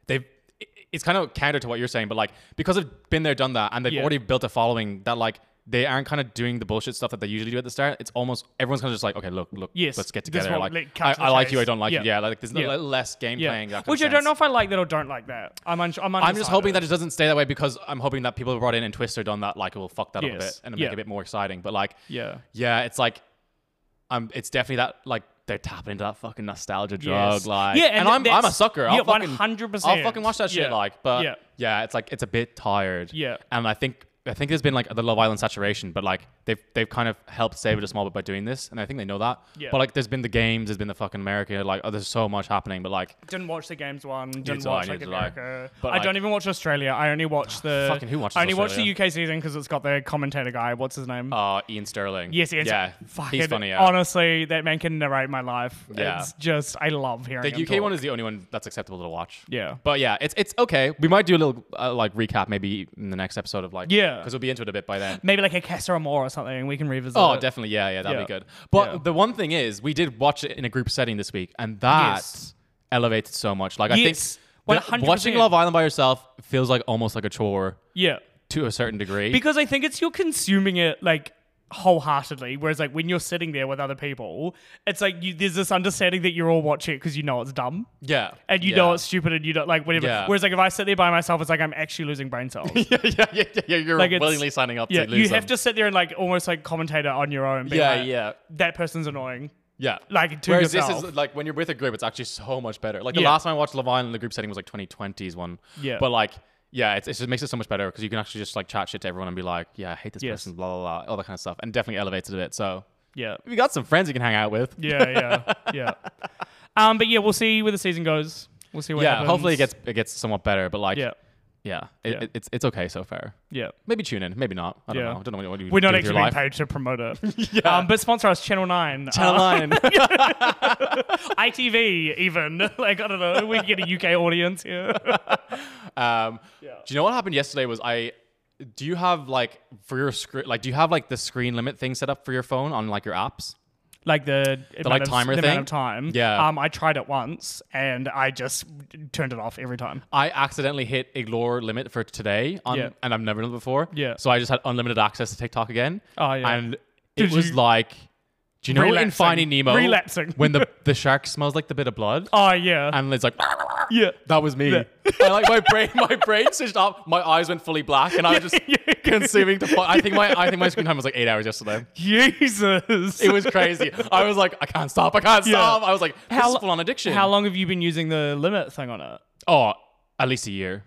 S2: they've it- it's kind of counter to what you're saying but like because they've been there done that and they've
S1: Yeah.
S2: already built a following that like they aren't kind of doing the bullshit stuff that they usually do at the start it's almost everyone's kind of just like okay look look
S1: Yes,
S2: let's get
S1: this is
S2: together
S1: what-
S2: like
S1: like, cut
S2: I,
S1: to the
S2: I like you I
S1: chase.
S2: don't like you
S1: Yeah.
S2: yeah like there's
S1: Yeah.
S2: le- less game
S1: yeah.
S2: playing that kind
S1: Which
S2: of
S1: I don't
S2: sense.
S1: know if I like that or don't like that. I'm un- I'm,
S2: I'm just hoping that
S1: undecided.
S2: it doesn't stay that way because I'm hoping that people brought in and Twister done that like it will fuck that up a
S1: Yes.
S2: bit and
S1: Yeah.
S2: make it a bit more exciting. But like,
S1: yeah.
S2: yeah, it's like, um, it's definitely that like they're tapping into that fucking nostalgia drug.
S1: Yes.
S2: Like,
S1: Yeah, and
S2: and,
S1: th-
S2: I'm I'm a
S1: that's-
S2: sucker. I'll
S1: yeah,
S2: fucking
S1: 100%.
S2: I'll fucking watch that shit.
S1: Yeah.
S2: Like, but yeah.
S1: Yeah.
S2: it's like it's a bit tired.
S1: Yeah.
S2: and I think. I think there's been like the Love Island saturation, but like they've they've kind of helped save it a small bit by doing this, and I think they know that.
S1: Yeah.
S2: But like there's been the games, there's been the fucking America, like oh, there's so much happening, but like
S1: Didn't watch the games one. Didn't
S2: did I,
S1: watch
S2: neither
S1: like
S2: did I.
S1: America.
S2: But,
S1: I don't
S2: like- Ah,
S1: even watch Australia. I only watch the
S2: Fucking who watches
S1: I only watch
S2: Australia?
S1: the UK season because it's got the commentator guy. What's his name?
S2: uh Ian Sterling,
S1: yes, yes.
S2: yeah,
S1: Fucking,
S2: he's funny, yeah.
S1: Honestly, that man can narrate my life.
S2: Yeah.
S1: It's just I love hearing
S2: The
S1: him
S2: UK
S1: talk.
S2: one is the only one that's acceptable to watch.
S1: Yeah.
S2: But yeah, it's it's okay. We might do a little uh, like recap maybe in the next episode of like
S1: Yeah.
S2: because we'll be into it a bit by then.
S1: Maybe like a Kessler Moore or something, and we can revisit.
S2: Oh,
S1: it.
S2: definitely. Yeah, yeah, that'd be
S1: Yeah.
S2: good. But
S1: Yeah.
S2: the one thing is, we did watch it in a group setting this week, and that
S1: Yes.
S2: elevates it so much. Like
S1: Yes.
S2: I think that
S1: 100%.
S2: watching Love Island by yourself feels like almost like a chore
S1: Yeah.
S2: to a certain degree.
S1: because I think it's you're consuming it like wholeheartedly whereas like when you're sitting there with other people it's like you, there's this understanding that you're all watching it because you know it's dumb
S2: yeah,
S1: and you
S2: yeah.
S1: know it's stupid and you don't like whatever
S2: Yeah.
S1: whereas like if I sit there by myself it's like I'm actually losing brain cells
S2: yeah, yeah, yeah, yeah. You're
S1: Like, it's-
S2: willingly signing up
S1: yeah
S2: to lose
S1: you have
S2: them.
S1: to sit there and like almost like commentator on your own be
S2: Yeah,
S1: like,
S2: yeah.
S1: that person's annoying
S2: Yeah.
S1: Like, to
S2: Whereas this
S1: yourself.
S2: is like when you're with a group, it's actually so much better. Like the
S1: Yeah.
S2: last time I watched Love Island, the group setting was like 2020s one.
S1: Yeah.
S2: But like, yeah, it's, it just makes it so much better because you can actually just like chat shit to everyone and be like, yeah, I hate this
S1: Yes.
S2: person, blah, blah, blah, all that kind of stuff. And definitely elevates it a bit. So
S1: yeah
S2: we got some friends you can hang out with.
S1: yeah yeah yeah um but yeah we'll see where the season goes we'll see what
S2: Yeah.
S1: happens.
S2: Hopefully it gets it gets somewhat better. But like,
S1: yeah
S2: Yeah, it,
S1: Yeah.
S2: it- it's it's okay so far.
S1: Yeah.
S2: Maybe tune in, maybe not. I don't
S1: Yeah.
S2: know. I don't know what you
S1: We're not
S2: do with your
S1: actually being
S2: life.
S1: paid to promote it. um, but sponsor us, Channel Uh, 9.
S2: Channel
S1: uh,
S2: Nine.
S1: ITV, even. like, I don't know. We can get a UK audience here.
S2: Um, Do you know what happened yesterday? Was I? Do you have like for your screen? Like, do you have like the screen limit thing set up for your phone on like your apps?
S1: like the, amount
S2: like,
S1: of-
S2: timer
S1: the amount
S2: thing?
S1: of time.
S2: Yeah.
S1: Um, I tried it once and I just turned it off every time.
S2: I accidentally hit ignore limit for today, on,
S1: Yeah.
S2: and I've never done it before.
S1: Yeah.
S2: So I just had unlimited access to TikTok again.
S1: Oh, yeah.
S2: And
S1: Did
S2: it was
S1: you-
S2: like, do you know in
S1: Relapsing.
S2: Finding Nemo,
S1: Relapsing.
S2: when the the shark smells like the bit of blood,
S1: Oh, yeah.
S2: and it's like. "Ah,
S1: yeah.
S2: That was me. I, like my brain, my brain switched off. My eyes went fully black, and I was just consuming. The, I think my, I think my screen time was like eight hours yesterday.
S1: Jesus.
S2: It was crazy. I was like, I can't stop. I can't
S1: Yeah.
S2: stop. I was like, this
S1: How
S2: is
S1: lo-
S2: full on addiction.
S1: How long have you been using the limit thing on it?
S2: Oh, at least a year.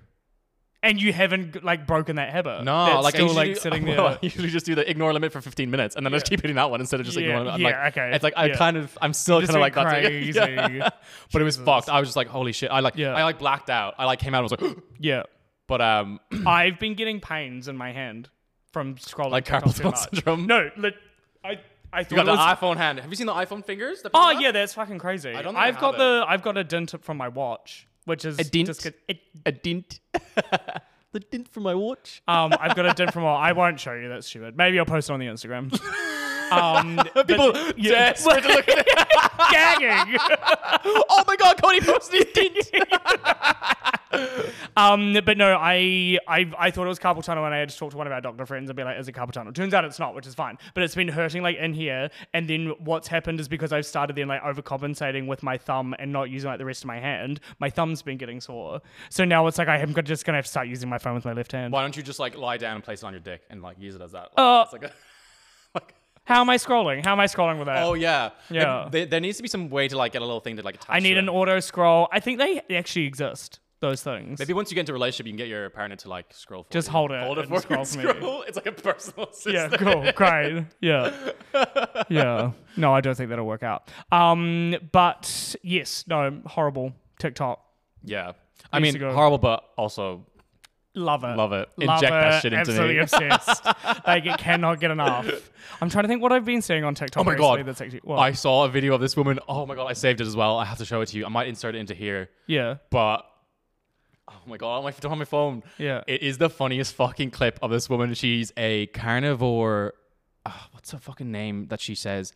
S1: And you haven't like broken that habit.
S2: No,
S1: That's
S2: like I
S1: still
S2: usually
S1: like
S2: do-
S1: sitting there.
S2: well, I usually just do the ignore limit for 15 minutes, and then I just keep hitting that one instead of just
S1: Yeah,
S2: ignoring limit. I'm
S1: yeah,
S2: like-
S1: okay,
S2: It's like I
S1: yeah.
S2: kind of, I'm still kind
S1: Just
S2: of like
S1: went
S2: that. too.
S1: crazy.
S2: Yeah. But it was fucked. I was just like, holy shit. I like,
S1: Yeah.
S2: I like blacked out. I like came out. and was like,
S1: yeah.
S2: but um,
S1: I've been getting pains in my hand from scrolling
S2: like
S1: TikTok
S2: carpal
S1: too
S2: tunnel
S1: much.
S2: syndrome.
S1: No, li- I I
S2: You
S1: thought
S2: got
S1: it
S2: the
S1: was.
S2: iPhone hand. Have you seen the iPhone fingers? that
S1: oh
S2: people
S1: yeah, that's fucking crazy. I
S2: don't think I
S1: have got
S2: have
S1: the I've got a dent tip from my watch, which is
S2: dent?
S1: discon- it,
S2: have? a dint. the dint from my watch.
S1: um, I've got a dent from my. I won't show you. That's stupid. Maybe I'll post it on the Instagram. Um, but-
S2: People desperate to look at it.
S1: gagging.
S2: Oh my god, Cody posted his dint.
S1: Um, but no, I, I I thought it was carpal tunnel, and I had to talk to one of our doctor friends and be like, "Is it carpal tunnel?" Turns out it's not, which is fine. But it's been hurting like in here, and then what's happened is because I've started then like overcompensating with my thumb and not using like the rest of my hand, my thumb's been getting sore. So now it's like I'm gonna- just gonna have to start using my phone with my left hand.
S2: Why don't you just like lie down and place it on your dick and like use it as that? Like,
S1: Uh,
S2: it's like a, like-
S1: How am I scrolling? How am I scrolling with that?
S2: oh yeah,
S1: Yeah.
S2: There, there needs to be some way to like get a little thing to like attach.
S1: I need
S2: to
S1: an
S2: it.
S1: auto scroll. I think they actually exist. Those things.
S2: Maybe once you get into a relationship, you can get your partner to like scroll. For
S1: Just
S2: you.
S1: hold it
S2: Hold it
S1: and
S2: for
S1: scroll
S2: you.
S1: for me.
S2: Scroll. It's like a personal assistant.
S1: Yeah, cool, great. Yeah, yeah. No, I don't think that'll work out. Um, but yes, no, horrible TikTok.
S2: Yeah. I
S1: Needs
S2: mean,
S1: to go.
S2: horrible, but also
S1: Love it.
S2: Love it.
S1: Love
S2: Inject that
S1: it.
S2: shit into
S1: Absolutely
S2: me.
S1: obsessed. like it cannot get enough. I'm trying to think what I've been seeing on TikTok.
S2: Oh my
S1: recently
S2: god!
S1: That's actually well,
S2: I saw a video of this woman. Oh my god! I saved it as well. I have to show it to you. I might insert it into here,
S1: yeah,
S2: but oh my god! I don't have it on my phone.
S1: Yeah.
S2: it is the funniest fucking clip of this woman. She's a carnivore. ah, what's the fucking name that she says?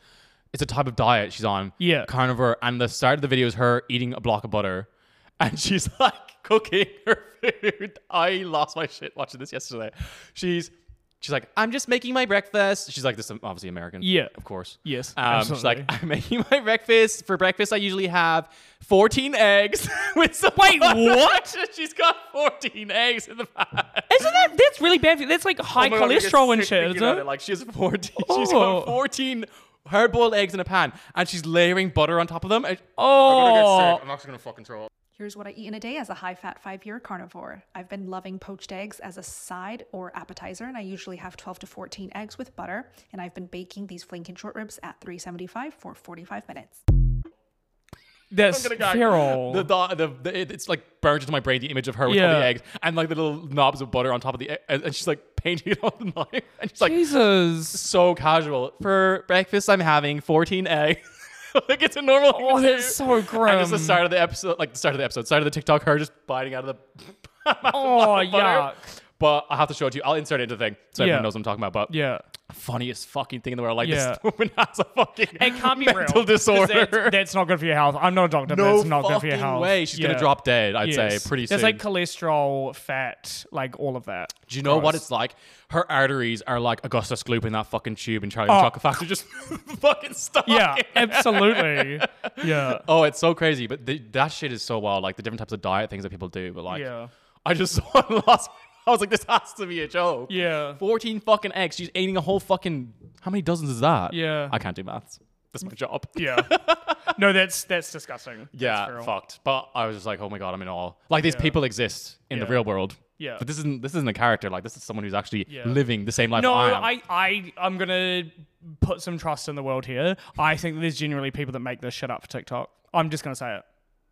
S2: It's a type of diet she's on.
S1: Yeah.
S2: carnivore. And the start of the video is her eating a block of butter, and she's like cooking her food. I lost my shit watching this yesterday. She's she's like, I'm just making my breakfast. She's like this, is obviously American.
S1: Yeah.
S2: of course.
S1: yes.
S2: Um, she's like,
S1: absolutely.
S2: I'm making my breakfast. For breakfast, I usually have 14 eggs with some.
S1: Wait, what?
S2: she's got 14 eggs in the bag.
S1: isn't that that's really bad? for- That's like high
S2: Oh my God, I get
S1: cholesterol and
S2: sick
S1: shit,
S2: thinking
S1: isn't
S2: about
S1: it?
S2: it. Like she has 14. She's got
S1: Oh.
S2: 14 hard-boiled eggs in a pan, and she's layering butter on top of them. and-
S1: Oh,
S2: I'm actually gonna fucking throw up.
S3: Here's what I eat in a day as a high fat five year carnivore. I've been loving poached eggs as a side or appetizer, and I usually have 12 to 14 eggs with butter. And I've been baking these flankin short ribs at 375 for 45 minutes.
S1: that's feral.
S2: The, the, the, the, it- it's like burned into my brain the image of her with all
S1: Yeah.
S2: the eggs and like the little knobs of butter on top of the egg, and, and she's like painting it on the knife, and she's like,
S1: Jesus.
S2: so casual. For breakfast, I'm having 14 eggs. like it's a normal. thing
S1: Oh,
S2: to
S1: that's
S2: do.
S1: so grim.
S2: And just the start of the episode, like the start of the episode, start of the TikTok, her just biting out of the.
S1: Oh,
S2: butter.
S1: yuck.
S2: But I have to show it to you. I'll insert it into the thing so
S1: Yeah.
S2: everyone knows what I'm talking about. But
S1: Yeah.
S2: funniest fucking thing in the world. Like
S1: Yeah.
S2: this woman has a fucking
S1: It can't be real.
S2: mental
S1: 'cause
S2: disorder.
S1: That's, that's not good for your health. I'm not a doctor,
S2: no
S1: but it's not good for
S2: fucking
S1: your health.
S2: way. She's
S1: Yeah.
S2: gonna drop dead. I'd
S1: Yes.
S2: say pretty soon.
S1: There's like cholesterol, fat, like all of that.
S2: Do you know what it's like? Her arteries are like Augustus Gloop in that fucking tube and Charlie
S1: Oh.
S2: oh. Chocolate Factory just fucking stuck.
S1: Yeah, absolutely. Yeah.
S2: Oh, it's so crazy, but the, that shit is so wild. Like the different types of diet things that people do, but like,
S1: Yeah.
S2: I just saw it and lost. I was like, this has to be a joke.
S1: Yeah.
S2: fourteen fucking eggs. She's eating a whole fucking. How many dozens is that?
S1: Yeah.
S2: I can't do maths. That's my job.
S1: Yeah. No, that's that's disgusting. That's
S2: yeah,
S1: feral.
S2: fucked. But I was just like, oh my god, I'm in awe. Like these
S1: Yeah.
S2: people exist in the
S1: Yeah.
S2: real world.
S1: Yeah.
S2: but this isn't this isn't a character. Like this is someone who's actually
S1: Yeah.
S2: living the same life.
S1: No,
S2: I, am.
S1: I, I, I'm gonna put some trust in the world here. I think there's generally people that make this shit up for TikTok. I'm just gonna say it.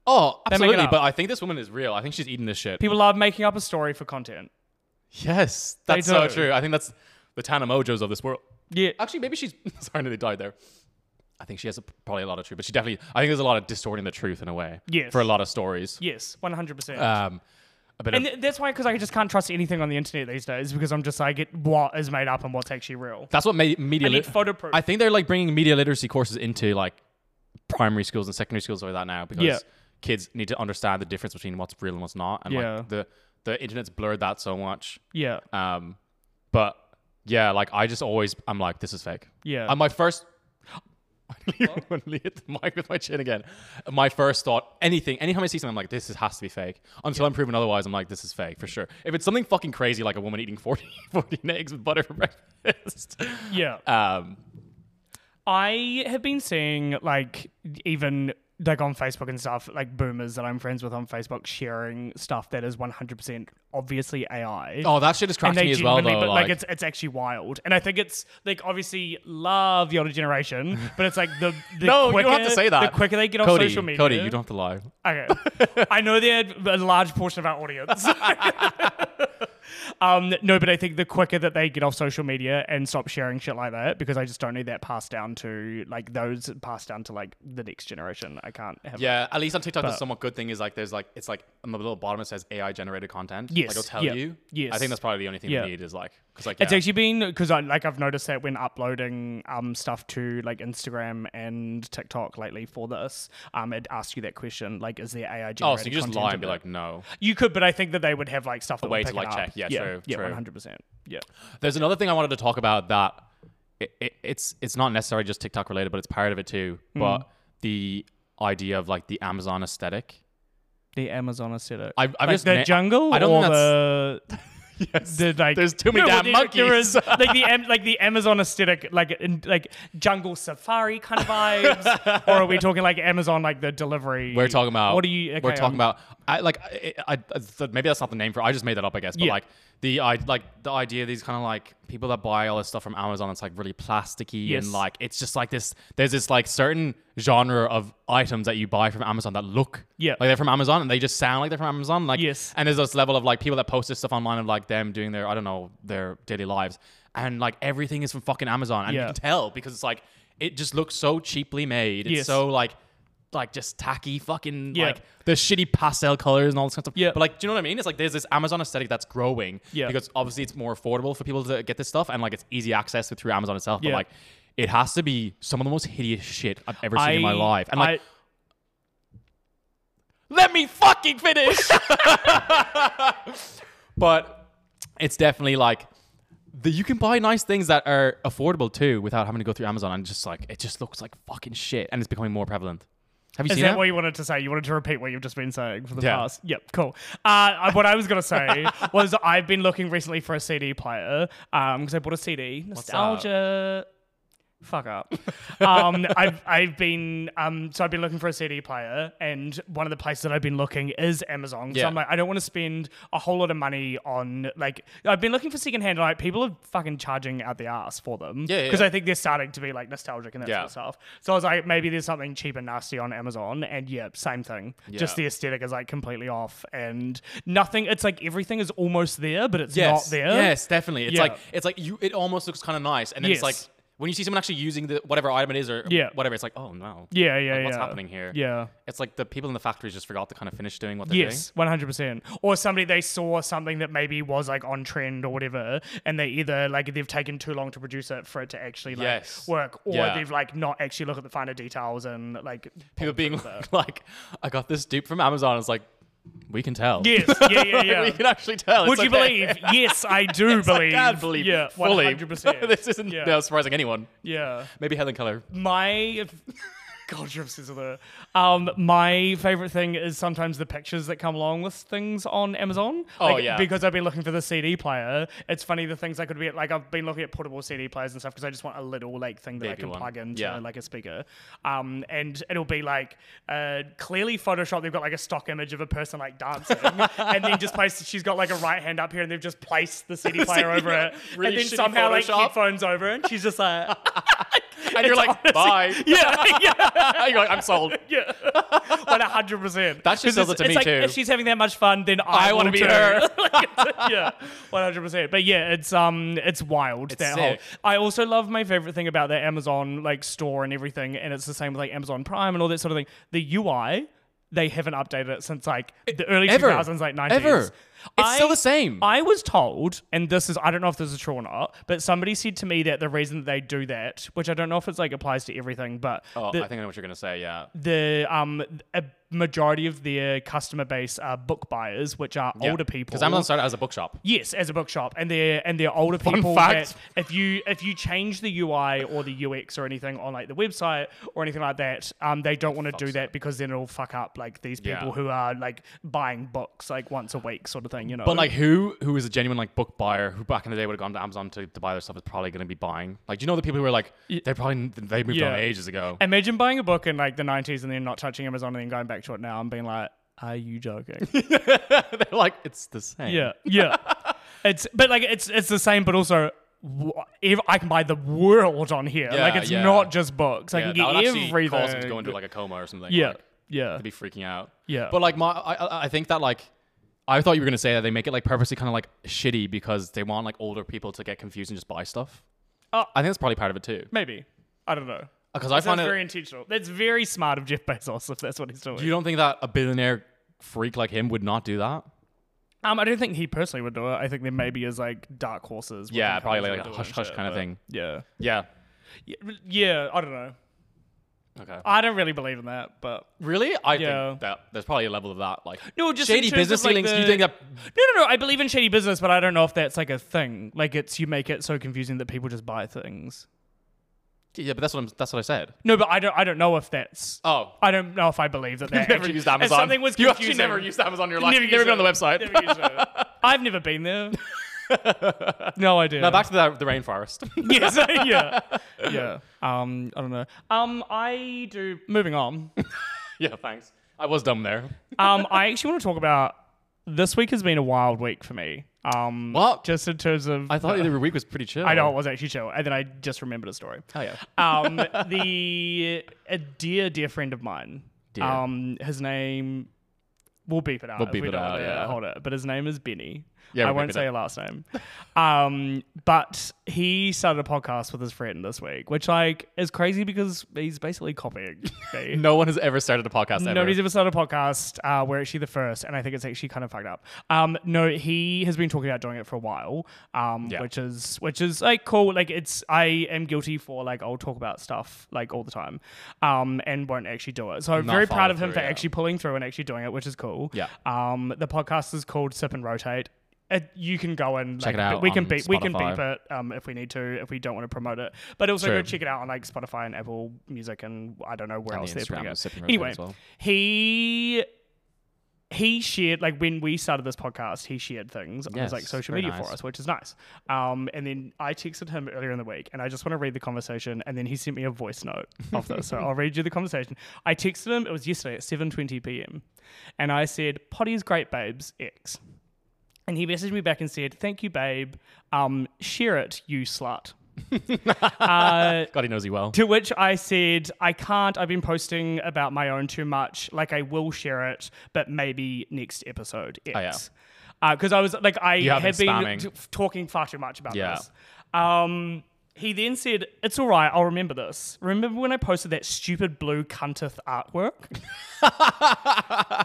S2: Oh,
S1: They're making it
S2: absolutely.
S1: up.
S2: But I think this woman is real. I think she's eating this shit.
S1: People love making up a story for content.
S2: yes,
S1: They
S2: that's so
S1: do.
S2: true. I think that's the Tana Mojos of this world.
S1: Yeah.
S2: Actually, maybe she's sorry, I nearly died there. I think she has a, probably a lot of truth, but she definitely. I think there's a lot of distorting the truth in a way.
S1: Yes.
S2: For a lot of stories.
S1: Yes, 100%.
S2: Um, a bit
S1: and
S2: of,
S1: th- that's why, because I just can't trust anything on the internet these days because I'm just like, it, what is made up and what's actually real?
S2: that's what ma- media.
S1: I need
S2: lit-
S1: photo proof.
S2: I think they're like bringing media literacy courses into like primary schools and secondary schools like that now because
S1: Yeah.
S2: kids need to understand the difference between what's real and what's not, and
S1: Yeah.
S2: like the the internet's blurred that so much.
S1: yeah.
S2: Um, but yeah, like I just always I'm like this is fake.
S1: Yeah.
S2: Uh, my first. I nearly nearly hit the mic with my chin again. My first thought, anything, anytime I see something, I'm like, this is, has to be fake. Until I'm proven otherwise, I'm like, this is fake for sure. If it's something fucking crazy, like a woman eating 40, 14 eggs with butter for breakfast,
S1: yeah.
S2: um,
S1: I have been seeing like even like on Facebook and stuff, like boomers that I'm friends with on Facebook sharing stuff that is 100% obviously AI.
S2: Oh, that shit is
S1: and
S2: cracking
S1: they
S2: me as well, though.
S1: genuinely-
S2: Like,
S1: but, like, it's it's actually wild, and I think it's like obviously love the older generation, but it's like the, the
S2: no,
S1: quicker,
S2: you don't have to say that.
S1: the quicker they get off
S2: Cody,
S1: social media.
S2: Cody, you don't have to lie.
S1: Okay. I know they're a large portion of our audience. um, no, but I think the quicker that they get off social media and stop sharing shit like that, because I just don't need that passed down to like those passed down to like the next generation. I can't have
S2: Yeah, at least on TikTok, the
S1: But-
S2: somewhat good thing is like there's like it's like on the little bottom it says AI generated content.
S1: Yes,
S2: like it'll tell
S1: yeah,
S2: you.
S1: yes.
S2: I think that's probably the only thing
S1: Yeah.
S2: we need is like because like
S1: It's
S2: yeah.
S1: actually been because I like I've noticed that when uploading um stuff to like Instagram and TikTok lately for this, um, it asks you that question like, is there AI generated?
S2: oh, so you just
S1: content
S2: lie
S1: in
S2: and be
S1: it?
S2: like no.
S1: you could, but I think that they would have like stuff that
S2: way
S1: would
S2: to,
S1: pick
S2: like,
S1: it up.
S2: check. Yeah, true,
S1: yeah,
S2: true.
S1: one hundred percent. Yeah,
S2: There's another thing I wanted to talk about that it, it, it's it's not necessarily just TikTok related, but it's part of it too.
S1: Hmm.
S2: But the idea of like the Amazon aesthetic.
S1: the Amazon aesthetic.
S2: I've, I've
S1: like
S2: just
S1: the
S2: na-
S1: jungle
S2: I don't
S1: or
S2: think that's.
S1: the,
S2: yes.
S1: the like.
S2: There's too many
S1: No,
S2: damn
S1: there- there is,
S2: monkeys.
S1: like the Am- like the Amazon aesthetic, like in, like jungle safari kind of vibes, or are we talking like Amazon like the delivery?
S2: We're talking about.
S1: what are you?
S2: we're
S1: okay, um,
S2: talking
S1: I'm-
S2: about. I like. I, I, I th- maybe that's not the name for. it. I just made that up, I guess. But
S1: Yeah.
S2: like the I like the idea. Of these kind of like people that buy all this stuff from Amazon. It's like really plasticky
S1: Yes.
S2: and like it's just like this. There's this like certain genre of items that you buy from Amazon that look
S1: Yeah.
S2: like they're from Amazon and they just sound like they're from Amazon. Like
S1: Yes.
S2: And there's this level of like people that post this stuff online of like them doing their I don't know their daily lives and like everything is from fucking Amazon and
S1: Yeah.
S2: you can tell because it's like it just looks so cheaply made. It's
S1: Yes.
S2: so like like just tacky fucking
S1: Yeah.
S2: like the shitty pastel colors and all this kind of stuff.
S1: Yeah.
S2: But like, do you know what I mean? It's like there's this Amazon aesthetic that's growing.
S1: Yeah.
S2: Because obviously it's more affordable for people to get this stuff and like it's easy access through Amazon itself.
S1: Yeah.
S2: But like it has to be some of the most hideous shit I've ever seen in my
S1: I-
S2: life. And like
S1: I-
S2: let me fucking finish. but it's definitely like the, you can buy nice things that are affordable too without having to go through Amazon and just like it just looks like fucking shit and it's becoming more prevalent. Have you
S1: Is
S2: seen
S1: that
S2: it?
S1: what you wanted to say? You wanted to repeat what you've just been saying for the
S2: Yeah.
S1: past? Yep, cool. Uh, I- what I was going to say was I've been looking recently for a CD player because I bought a CD. Nostalgia. Fuck up. um, I've, I've been, um, so I've been looking for a CD player, and one of the places that I've been looking is Amazon. So
S2: Yeah.
S1: I'm like, I don't want to spend a whole lot of money on, like, I've been looking for secondhand, and, like, people are fucking charging out the ass for them.
S2: Yeah, yeah,
S1: Because
S2: yeah.
S1: I think they're starting to be, like, nostalgic and that sort
S2: Yeah.
S1: of stuff. So I was like, maybe there's something cheap and nasty on Amazon, and yeah, same thing. Just
S2: Yeah.
S1: the aesthetic is like completely off, and nothing. It's like everything is almost there, but it's not there.
S2: Yes, definitely. It's
S1: Yeah.
S2: like it's like you. It almost looks kind of nice, and then it's like
S1: Yes.
S2: when you see someone actually using the whatever item it is or
S1: Yeah.
S2: whatever, it's like oh no,
S1: Yeah, yeah,
S2: Like, what's
S1: yeah.
S2: happening here?
S1: Yeah.
S2: It's like the people in the factories just forgot to kind of finish doing what they're
S1: Yes, one hundred percent. Or somebody they saw something that maybe was like on trend or whatever, and they either like they've taken too long to produce it for it to actually like
S2: Yes.
S1: work, or
S2: Yeah.
S1: they've like not actually look at the finer details and like
S2: doing. People being like, I got this dupe from Amazon. It's like we can tell.
S1: yes, yeah, yeah, yeah.
S2: we can actually tell.
S1: Would
S2: It's
S1: you
S2: okay.
S1: believe? Yes, I do believe.
S2: I can't believe.
S1: Yeah, one
S2: fully.
S1: hundred percent.
S2: this isn't
S1: Yeah.
S2: no, surprising anyone.
S1: Yeah.
S2: Maybe Helen Keller.
S1: my God, you're obsessed with her. Um, my favorite thing is sometimes the pictures that come along with things on Amazon.
S2: Oh,
S1: Like,
S2: yeah.
S1: Because I've been looking for the CD player. It's funny the things I could be like. I've been looking at portable CD players and stuff because I just want a little like thing that I
S2: Baby
S1: can
S2: one.
S1: plug into
S2: Yeah.
S1: like a speaker. Um, and it'll be like uh, clearly Photoshop. They've got like a stock image of a person like dancing, and then just placed. She's got like a right hand up here, and they've just placed the CD player over it,
S2: Really
S1: and then
S2: shitty
S1: somehow like
S2: Photoshop.
S1: headphones over, it, and she's just like.
S2: and you're like,
S1: honestly-
S2: bye.
S1: yeah, yeah,
S2: you're like, I'm sold.
S1: yeah. One hundred percent.
S2: That shit sells it to me
S1: like,
S2: too.
S1: If she's having that much fun, then I,
S2: I wanna
S1: will
S2: be
S1: too.
S2: her.
S1: Like, it's- yeah, one hundred percent. But yeah, it's um, it's wild. that
S2: sick.
S1: whole. I also love my favorite thing about the Amazon like store and everything, and it's the same with like Amazon Prime and all that sort of thing. The UI. They haven't updated it since like the early
S2: E, ever.
S1: 2000s, like 90s.
S2: Ever. It's still the same.
S1: I was told, and this is I don't know if this is true or not, but somebody said to me that the reason that they do that, which I don't know if it's like applies to everything, but
S2: Oh,
S1: the,
S2: I think I know what you're gonna say. Yeah.
S1: the um a majority of their customer base are book buyers, which are older people.
S2: Because Amazon started as a bookshop.
S1: Yes, as a bookshop, and they're and they're older people.
S2: fact.
S1: That if you if you change the UI or the UX or anything on like the website or anything like that, um, they don't want to do that because then it'll fuck up like these
S2: Yeah.
S1: people who are like buying books like once a week sort of thing, you know.
S2: But like, who who is a genuine like book buyer who back in the day would have gone to Amazon to, to buy their stuff is probably gonna be buying. Like, do you know the people who are like they probably they moved
S1: Yeah.
S2: on ages ago?
S1: Imagine buying a book in like the 90s and then not touching Amazon and then going back to it now and being like, are you joking?
S2: They're like, it's the same.
S1: yeah, yeah. It's but like it's it's the same, but also wh- ev- I can buy the world on here.
S2: Yeah,
S1: like it's
S2: yeah.
S1: not just books. I
S2: Yeah,
S1: can
S2: that would
S1: get
S2: actually
S1: everything.
S2: cause them to go into like a coma or something.
S1: yeah,
S2: like,
S1: yeah,
S2: they'd be freaking out.
S1: Yeah.
S2: But like, my I- I, I think that like. I thought you were gonna say that they make it like purposely kind of like shitty because they want like older people to get confused and just buy stuff.
S1: Oh.
S2: I think that's probably part of it too.
S1: maybe. I don't know.
S2: Because I
S1: That's
S2: find it
S1: very intentional. That's very smart of Jeff Bezos if that's what he's doing.
S2: You don't think that a billionaire freak like him would not do that?
S1: um, I don't think he personally would do it. I think there maybe is like dark horses. within
S2: Yeah, probably,
S1: companies
S2: like,
S1: that do
S2: a
S1: it
S2: hush
S1: and
S2: hush
S1: shit,
S2: kinda
S1: but-
S2: thing.
S1: Yeah.
S2: Yeah.
S1: yeah, yeah. I don't know.
S2: Okay.
S1: I don't really believe in that, but
S2: really? I
S1: Yeah.
S2: think that there's probably a level of that. Like
S1: No, just
S2: shady
S1: in terms
S2: business
S1: of, like,
S2: dealings.
S1: the-
S2: You think that
S1: No, no, no. I believe in shady business, but I don't know if that's like a thing. Like, it's you make it so confusing that people just buy things.
S2: Yeah, but that's what I'm, that's what I said.
S1: No, but I don't. I don't know if that's.
S2: Oh.
S1: I don't know if I believe that. that
S2: You've never
S1: actually-
S2: used Amazon.
S1: If something was
S2: you
S1: confusing,
S2: actually never used Amazon in your life.
S1: Never
S2: You've never
S1: used
S2: been on the
S1: it.
S2: website.
S1: Never used it. I've never been there. no idea.
S2: Now back to the, the rainforest.
S1: yes, yeah, yeah. Um, I don't know. Um, I do. Moving on.
S2: yeah, thanks. I was dumb there.
S1: um, I actually want to talk about. This week has been a wild week for me. Um,
S2: What?
S1: Just in terms of.
S2: uh, I thought every week was pretty chill.
S1: I know it was actually chill, and then I just remembered a story.
S2: Oh yeah.
S1: um, the a dear dear friend of mine.
S2: Dear.
S1: Um, his name. We'll beep it out.
S2: We'll
S1: if
S2: beep
S1: we
S2: it
S1: don't
S2: out,
S1: wanna
S2: yeah.
S1: Hold it. But his name is Benny.
S2: Yeah,
S1: I
S2: we'll beep
S1: won't
S2: it
S1: say
S2: out.
S1: your last name. Um, but he started a podcast with his friend this week, which like is crazy because he's basically copying me.
S2: No one has ever started a podcast ever.
S1: Nobody's ever started a podcast. Uh, we're actually the first, and I think it's actually kind of fucked up. Um, no, he has been talking about doing it for a while, um,
S2: Yeah.
S1: which is which is like cool. Like it's I am guilty for like I'll talk about stuff like all the time, um, and won't actually do it. So I'm
S2: Not
S1: very proud of
S2: follow
S1: him for
S2: through, yeah.
S1: actually pulling through and actually doing it, which is cool.
S2: Yeah.
S1: Um, the podcast is called Sip and Rotate. It, you can go and like,
S2: Check it out
S1: We can
S2: on
S1: beep we can
S2: Spotify.
S1: beep it um, if we need to if we don't want to promote it. But also
S2: True.
S1: go check it out on like Spotify and Apple Music and I don't know where
S2: And
S1: else
S2: the
S1: they're putting
S2: Instagram
S1: it.
S2: is Sip and Rotate
S1: Anyway,
S2: as well.
S1: he he shared like when we started this podcast, he shared things on his
S2: Yes,
S1: like social
S2: very
S1: media
S2: nice.
S1: for us, which is nice. Um, and then I texted him earlier in the week, and I just want to read the conversation. And then he sent me a voice note of this, so I'll read you the conversation. I texted him. It was yesterday at seven twenty p.m. And I said, "Potty's great, babes." X. And he messaged me back and said, "Thank you, babe. Um, share it, you slut." uh,
S2: God, he knows you well.
S1: to which I said, I can't. I've been posting about my own too much. Like, I will share it, but maybe next episode X.
S2: Oh, yeah.
S1: Because I was like, I
S2: have
S1: had
S2: been
S1: been,
S2: spamming.
S1: t- f- talking far too much about
S2: Yeah.
S1: this. Um, he then said, It's all right. I'll remember this. Remember when I posted that stupid blue cunteth artwork?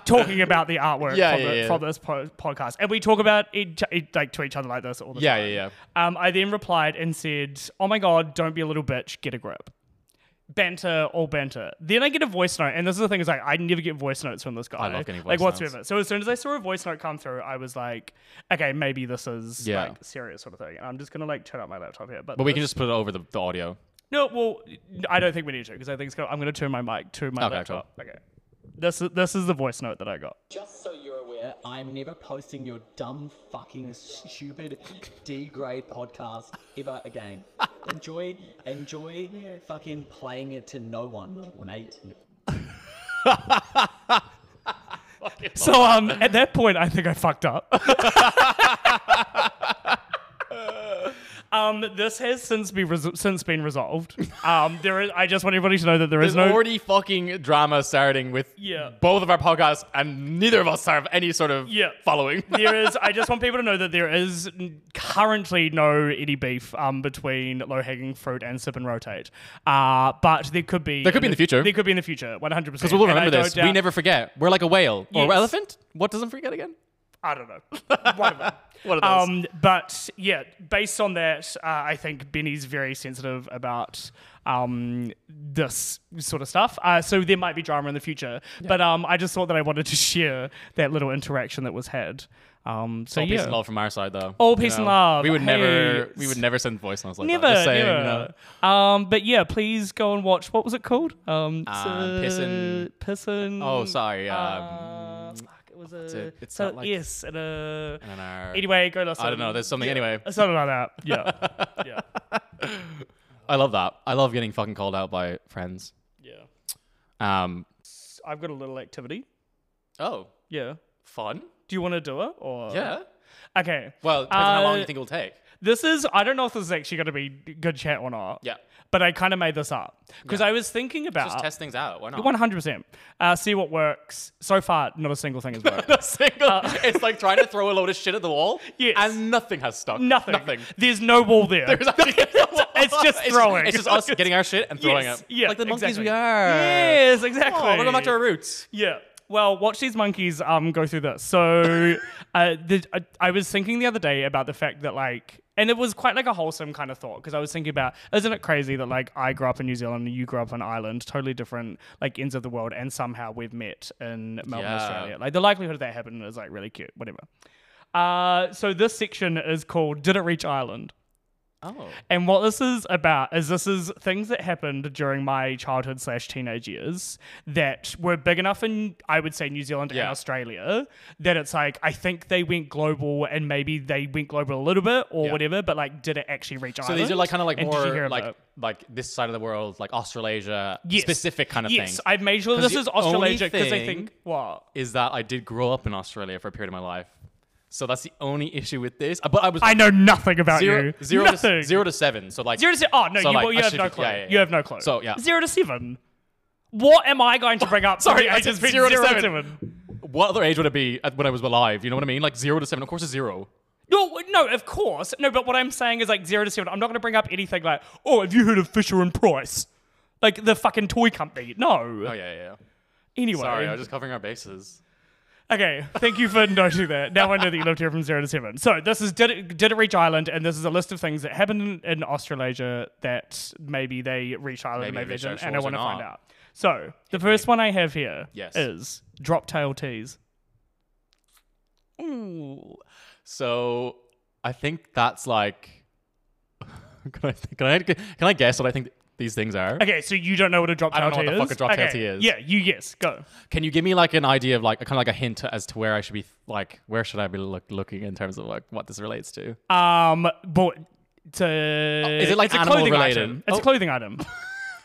S1: talking about the artwork
S2: Yeah,
S1: from,
S2: yeah,
S1: the-
S2: yeah.
S1: from this po- podcast. And we talk about each, e, like to each other like this all the
S2: Yeah,
S1: time.
S2: yeah, yeah.
S1: Um, I then replied and said, Oh my God, don't be a little bitch, get a grip. Banter, all banter. Then I get a voice note, and this is the thing is like I never get voice notes from this guy. I
S2: love getting voice
S1: like
S2: notes.
S1: whatsoever. So as soon as I saw a voice note come through, I was like, okay, maybe this is
S2: Yeah.
S1: like serious sort of thing. And I'm just gonna like turn up my laptop here. But,
S2: But we can
S1: this-
S2: just put it over the, the audio.
S1: no, well, I don't think we need to because I think it's gonna, I'm gonna turn my mic to my
S2: Okay,
S1: laptop. Okay. This is this is the voice note that I got.
S4: Just so you're aware, I'm never posting your dumb, fucking, stupid, D-grade podcast ever again. Enjoy, enjoy fucking playing it to no one, mate.
S1: So um, at that point, I think I fucked up. Um, this has since be res- since been resolved. Um, there is. I just want everybody to know that there is
S2: There's
S1: no.
S2: already fucking drama starting with
S1: Yeah.
S2: both of our podcasts, and neither of us have any sort of
S1: Yeah.
S2: following.
S1: there is. I just want people to know that there is n- currently no any beef um, between low hanging fruit and sip and rotate. Uh, but there could be.
S2: There could be in the future.
S1: There could be in the future. One hundred percent.
S2: Because we'll remember this. We never forget. We're like a whale
S1: Yes.
S2: or elephant. What doesn't forget again?
S1: I don't know. One of them.
S2: One of those.
S1: Um, but yeah, based on that, uh, I think Benny's very sensitive about um, this sort of stuff. Uh, so there might be drama in the future. But um, I just thought that I wanted to share that little interaction that was had. Um, so
S2: All
S1: yeah.
S2: peace and love from our side, though.
S1: All peace and love.
S2: We would never,
S1: Hey.
S2: we would never send voice notes like
S1: Never,
S2: that. Just saying,
S1: never.
S2: you know,
S1: Um, but yeah, please go and watch. What was it called? Um,
S2: Um,
S1: s-
S2: Pissin-
S1: pissin.
S2: Oh, sorry. Um,
S1: Uh, fuck, it was a.
S2: it? It's
S1: so
S2: not like-
S1: yes, and a.
S2: and our-
S1: Anyway, go listen.
S2: I don't know. There's something. Anyway,
S1: Something like that. Yeah. yeah.
S2: I love that. I love getting fucking called out by friends.
S1: Yeah.
S2: Um.
S1: I've got a little activity.
S2: Oh,
S1: Yeah.
S2: fun.
S1: Do you want to do it or?
S2: Yeah.
S1: Okay.
S2: Well, it depends on how long
S1: Uh,
S2: you think it will take.
S1: This is. I don't know if this is actually going to be good chat or not.
S2: Yeah.
S1: But I kind of made this up because I was thinking
S2: Just
S1: about
S2: test things out. Why not?
S1: one hundred percent. uh, See what works. So far, not a single thing has worked.
S2: Not single. it's like trying to throw a load of shit at the wall.
S1: Uh. Yes.
S2: And nothing has stuck.
S1: Nothing.
S2: Nothing.
S1: There's no wall there.
S2: There's actually-
S1: it's just throwing.
S2: It's, just us getting our shit and throwing
S1: Yes,
S2: it.
S1: yeah,
S2: like the monkeys
S1: exactly.
S2: we are.
S1: Yes, exactly.
S2: Oh, we're going back to our roots.
S1: Yeah. Well, watch these monkeys um go through this. So, uh, the, I, I was thinking the other day about the fact that like, and it was quite like a wholesome kind of thought because I was thinking about, isn't it crazy that like I grew up in New Zealand and you grew up in Ireland, totally different like ends of the world, and somehow we've met in Melbourne,
S2: Yeah.
S1: Australia. Like the likelihood of that happening is like really cute. Whatever. Uh, so this section is called "Did It Reach Ireland?"
S2: Oh.
S1: And what this is about is this is things that happened during my childhood slash teenage years that were big enough in I would say New Zealand and
S2: Yeah.
S1: Australia that it's like I think they went global and maybe they went global a little bit or
S2: Yeah.
S1: whatever, but like did it actually reach
S2: So these are like kind of like more like
S1: Yes,
S2: like this side of the world, like Australasia, specific kind of
S1: yes,
S2: thing.
S1: I've made sure
S2: 'Cause
S1: this
S2: the
S1: is Australasia
S2: only
S1: because I
S2: thing-
S1: think what
S2: is that I did grow up in Australia for a period of my life, so that's the only issue with this. Uh, But I was
S1: I know nothing about
S2: zero,
S1: you.
S2: zero
S1: nothing.
S2: to zero to seven. So like
S1: Zero to se- Oh no,
S2: So,
S1: you,
S2: like,
S1: well, you
S2: I
S1: have
S2: should
S1: no
S2: be-
S1: clue.
S2: yeah, yeah,
S1: You
S2: yeah.
S1: have no clue.
S2: So, yeah.
S1: zero to seven. What am I going to bring up?
S2: Sorry,
S1: to
S2: I
S1: you?
S2: said
S1: just picked
S2: zero to seven.
S1: seven.
S2: what other age would it be at- when I was alive? You know what I mean? Like zero to seven. Of course, it's zero.
S1: No, no, of course, no. But what I'm saying is like zero to seven. I'm not going to bring up anything like, oh, have you heard of Fisher and Price, like the fucking toy company? No.
S2: Oh yeah, yeah. yeah.
S1: Anyway,
S2: Sorry, I was just covering our bases.
S1: Okay, thank you for noting that. Now I know that you lived here from zero to seven. So this is did it, did it reach Ireland, and this is a list of things that happened in, in Australasia that maybe they reached Ireland, maybe,
S2: Maybe it
S1: they
S2: reached our
S1: didn't, and I
S2: shores or
S1: want to find
S2: not.
S1: out. So the first one I have here is
S2: Yes.
S1: drop tail teas.
S2: Ooh. So I think that's like. Can I, can I can I guess what I think these things are?
S1: Okay, so you don't know what a drop
S2: I
S1: tail
S2: don't
S1: tea is?
S2: know what the fuck a drop tail
S1: Okay,
S2: tea is.
S1: Yeah, you yes, go.
S2: Can you give me like an idea of like kind of like a hint as to where I should be like where should I be look, looking in terms of like what this relates to?
S1: Um, but to
S2: Uh, is it like
S1: it's a
S2: animal
S1: clothing
S2: related?
S1: Item. It's a
S2: Oh.
S1: clothing item.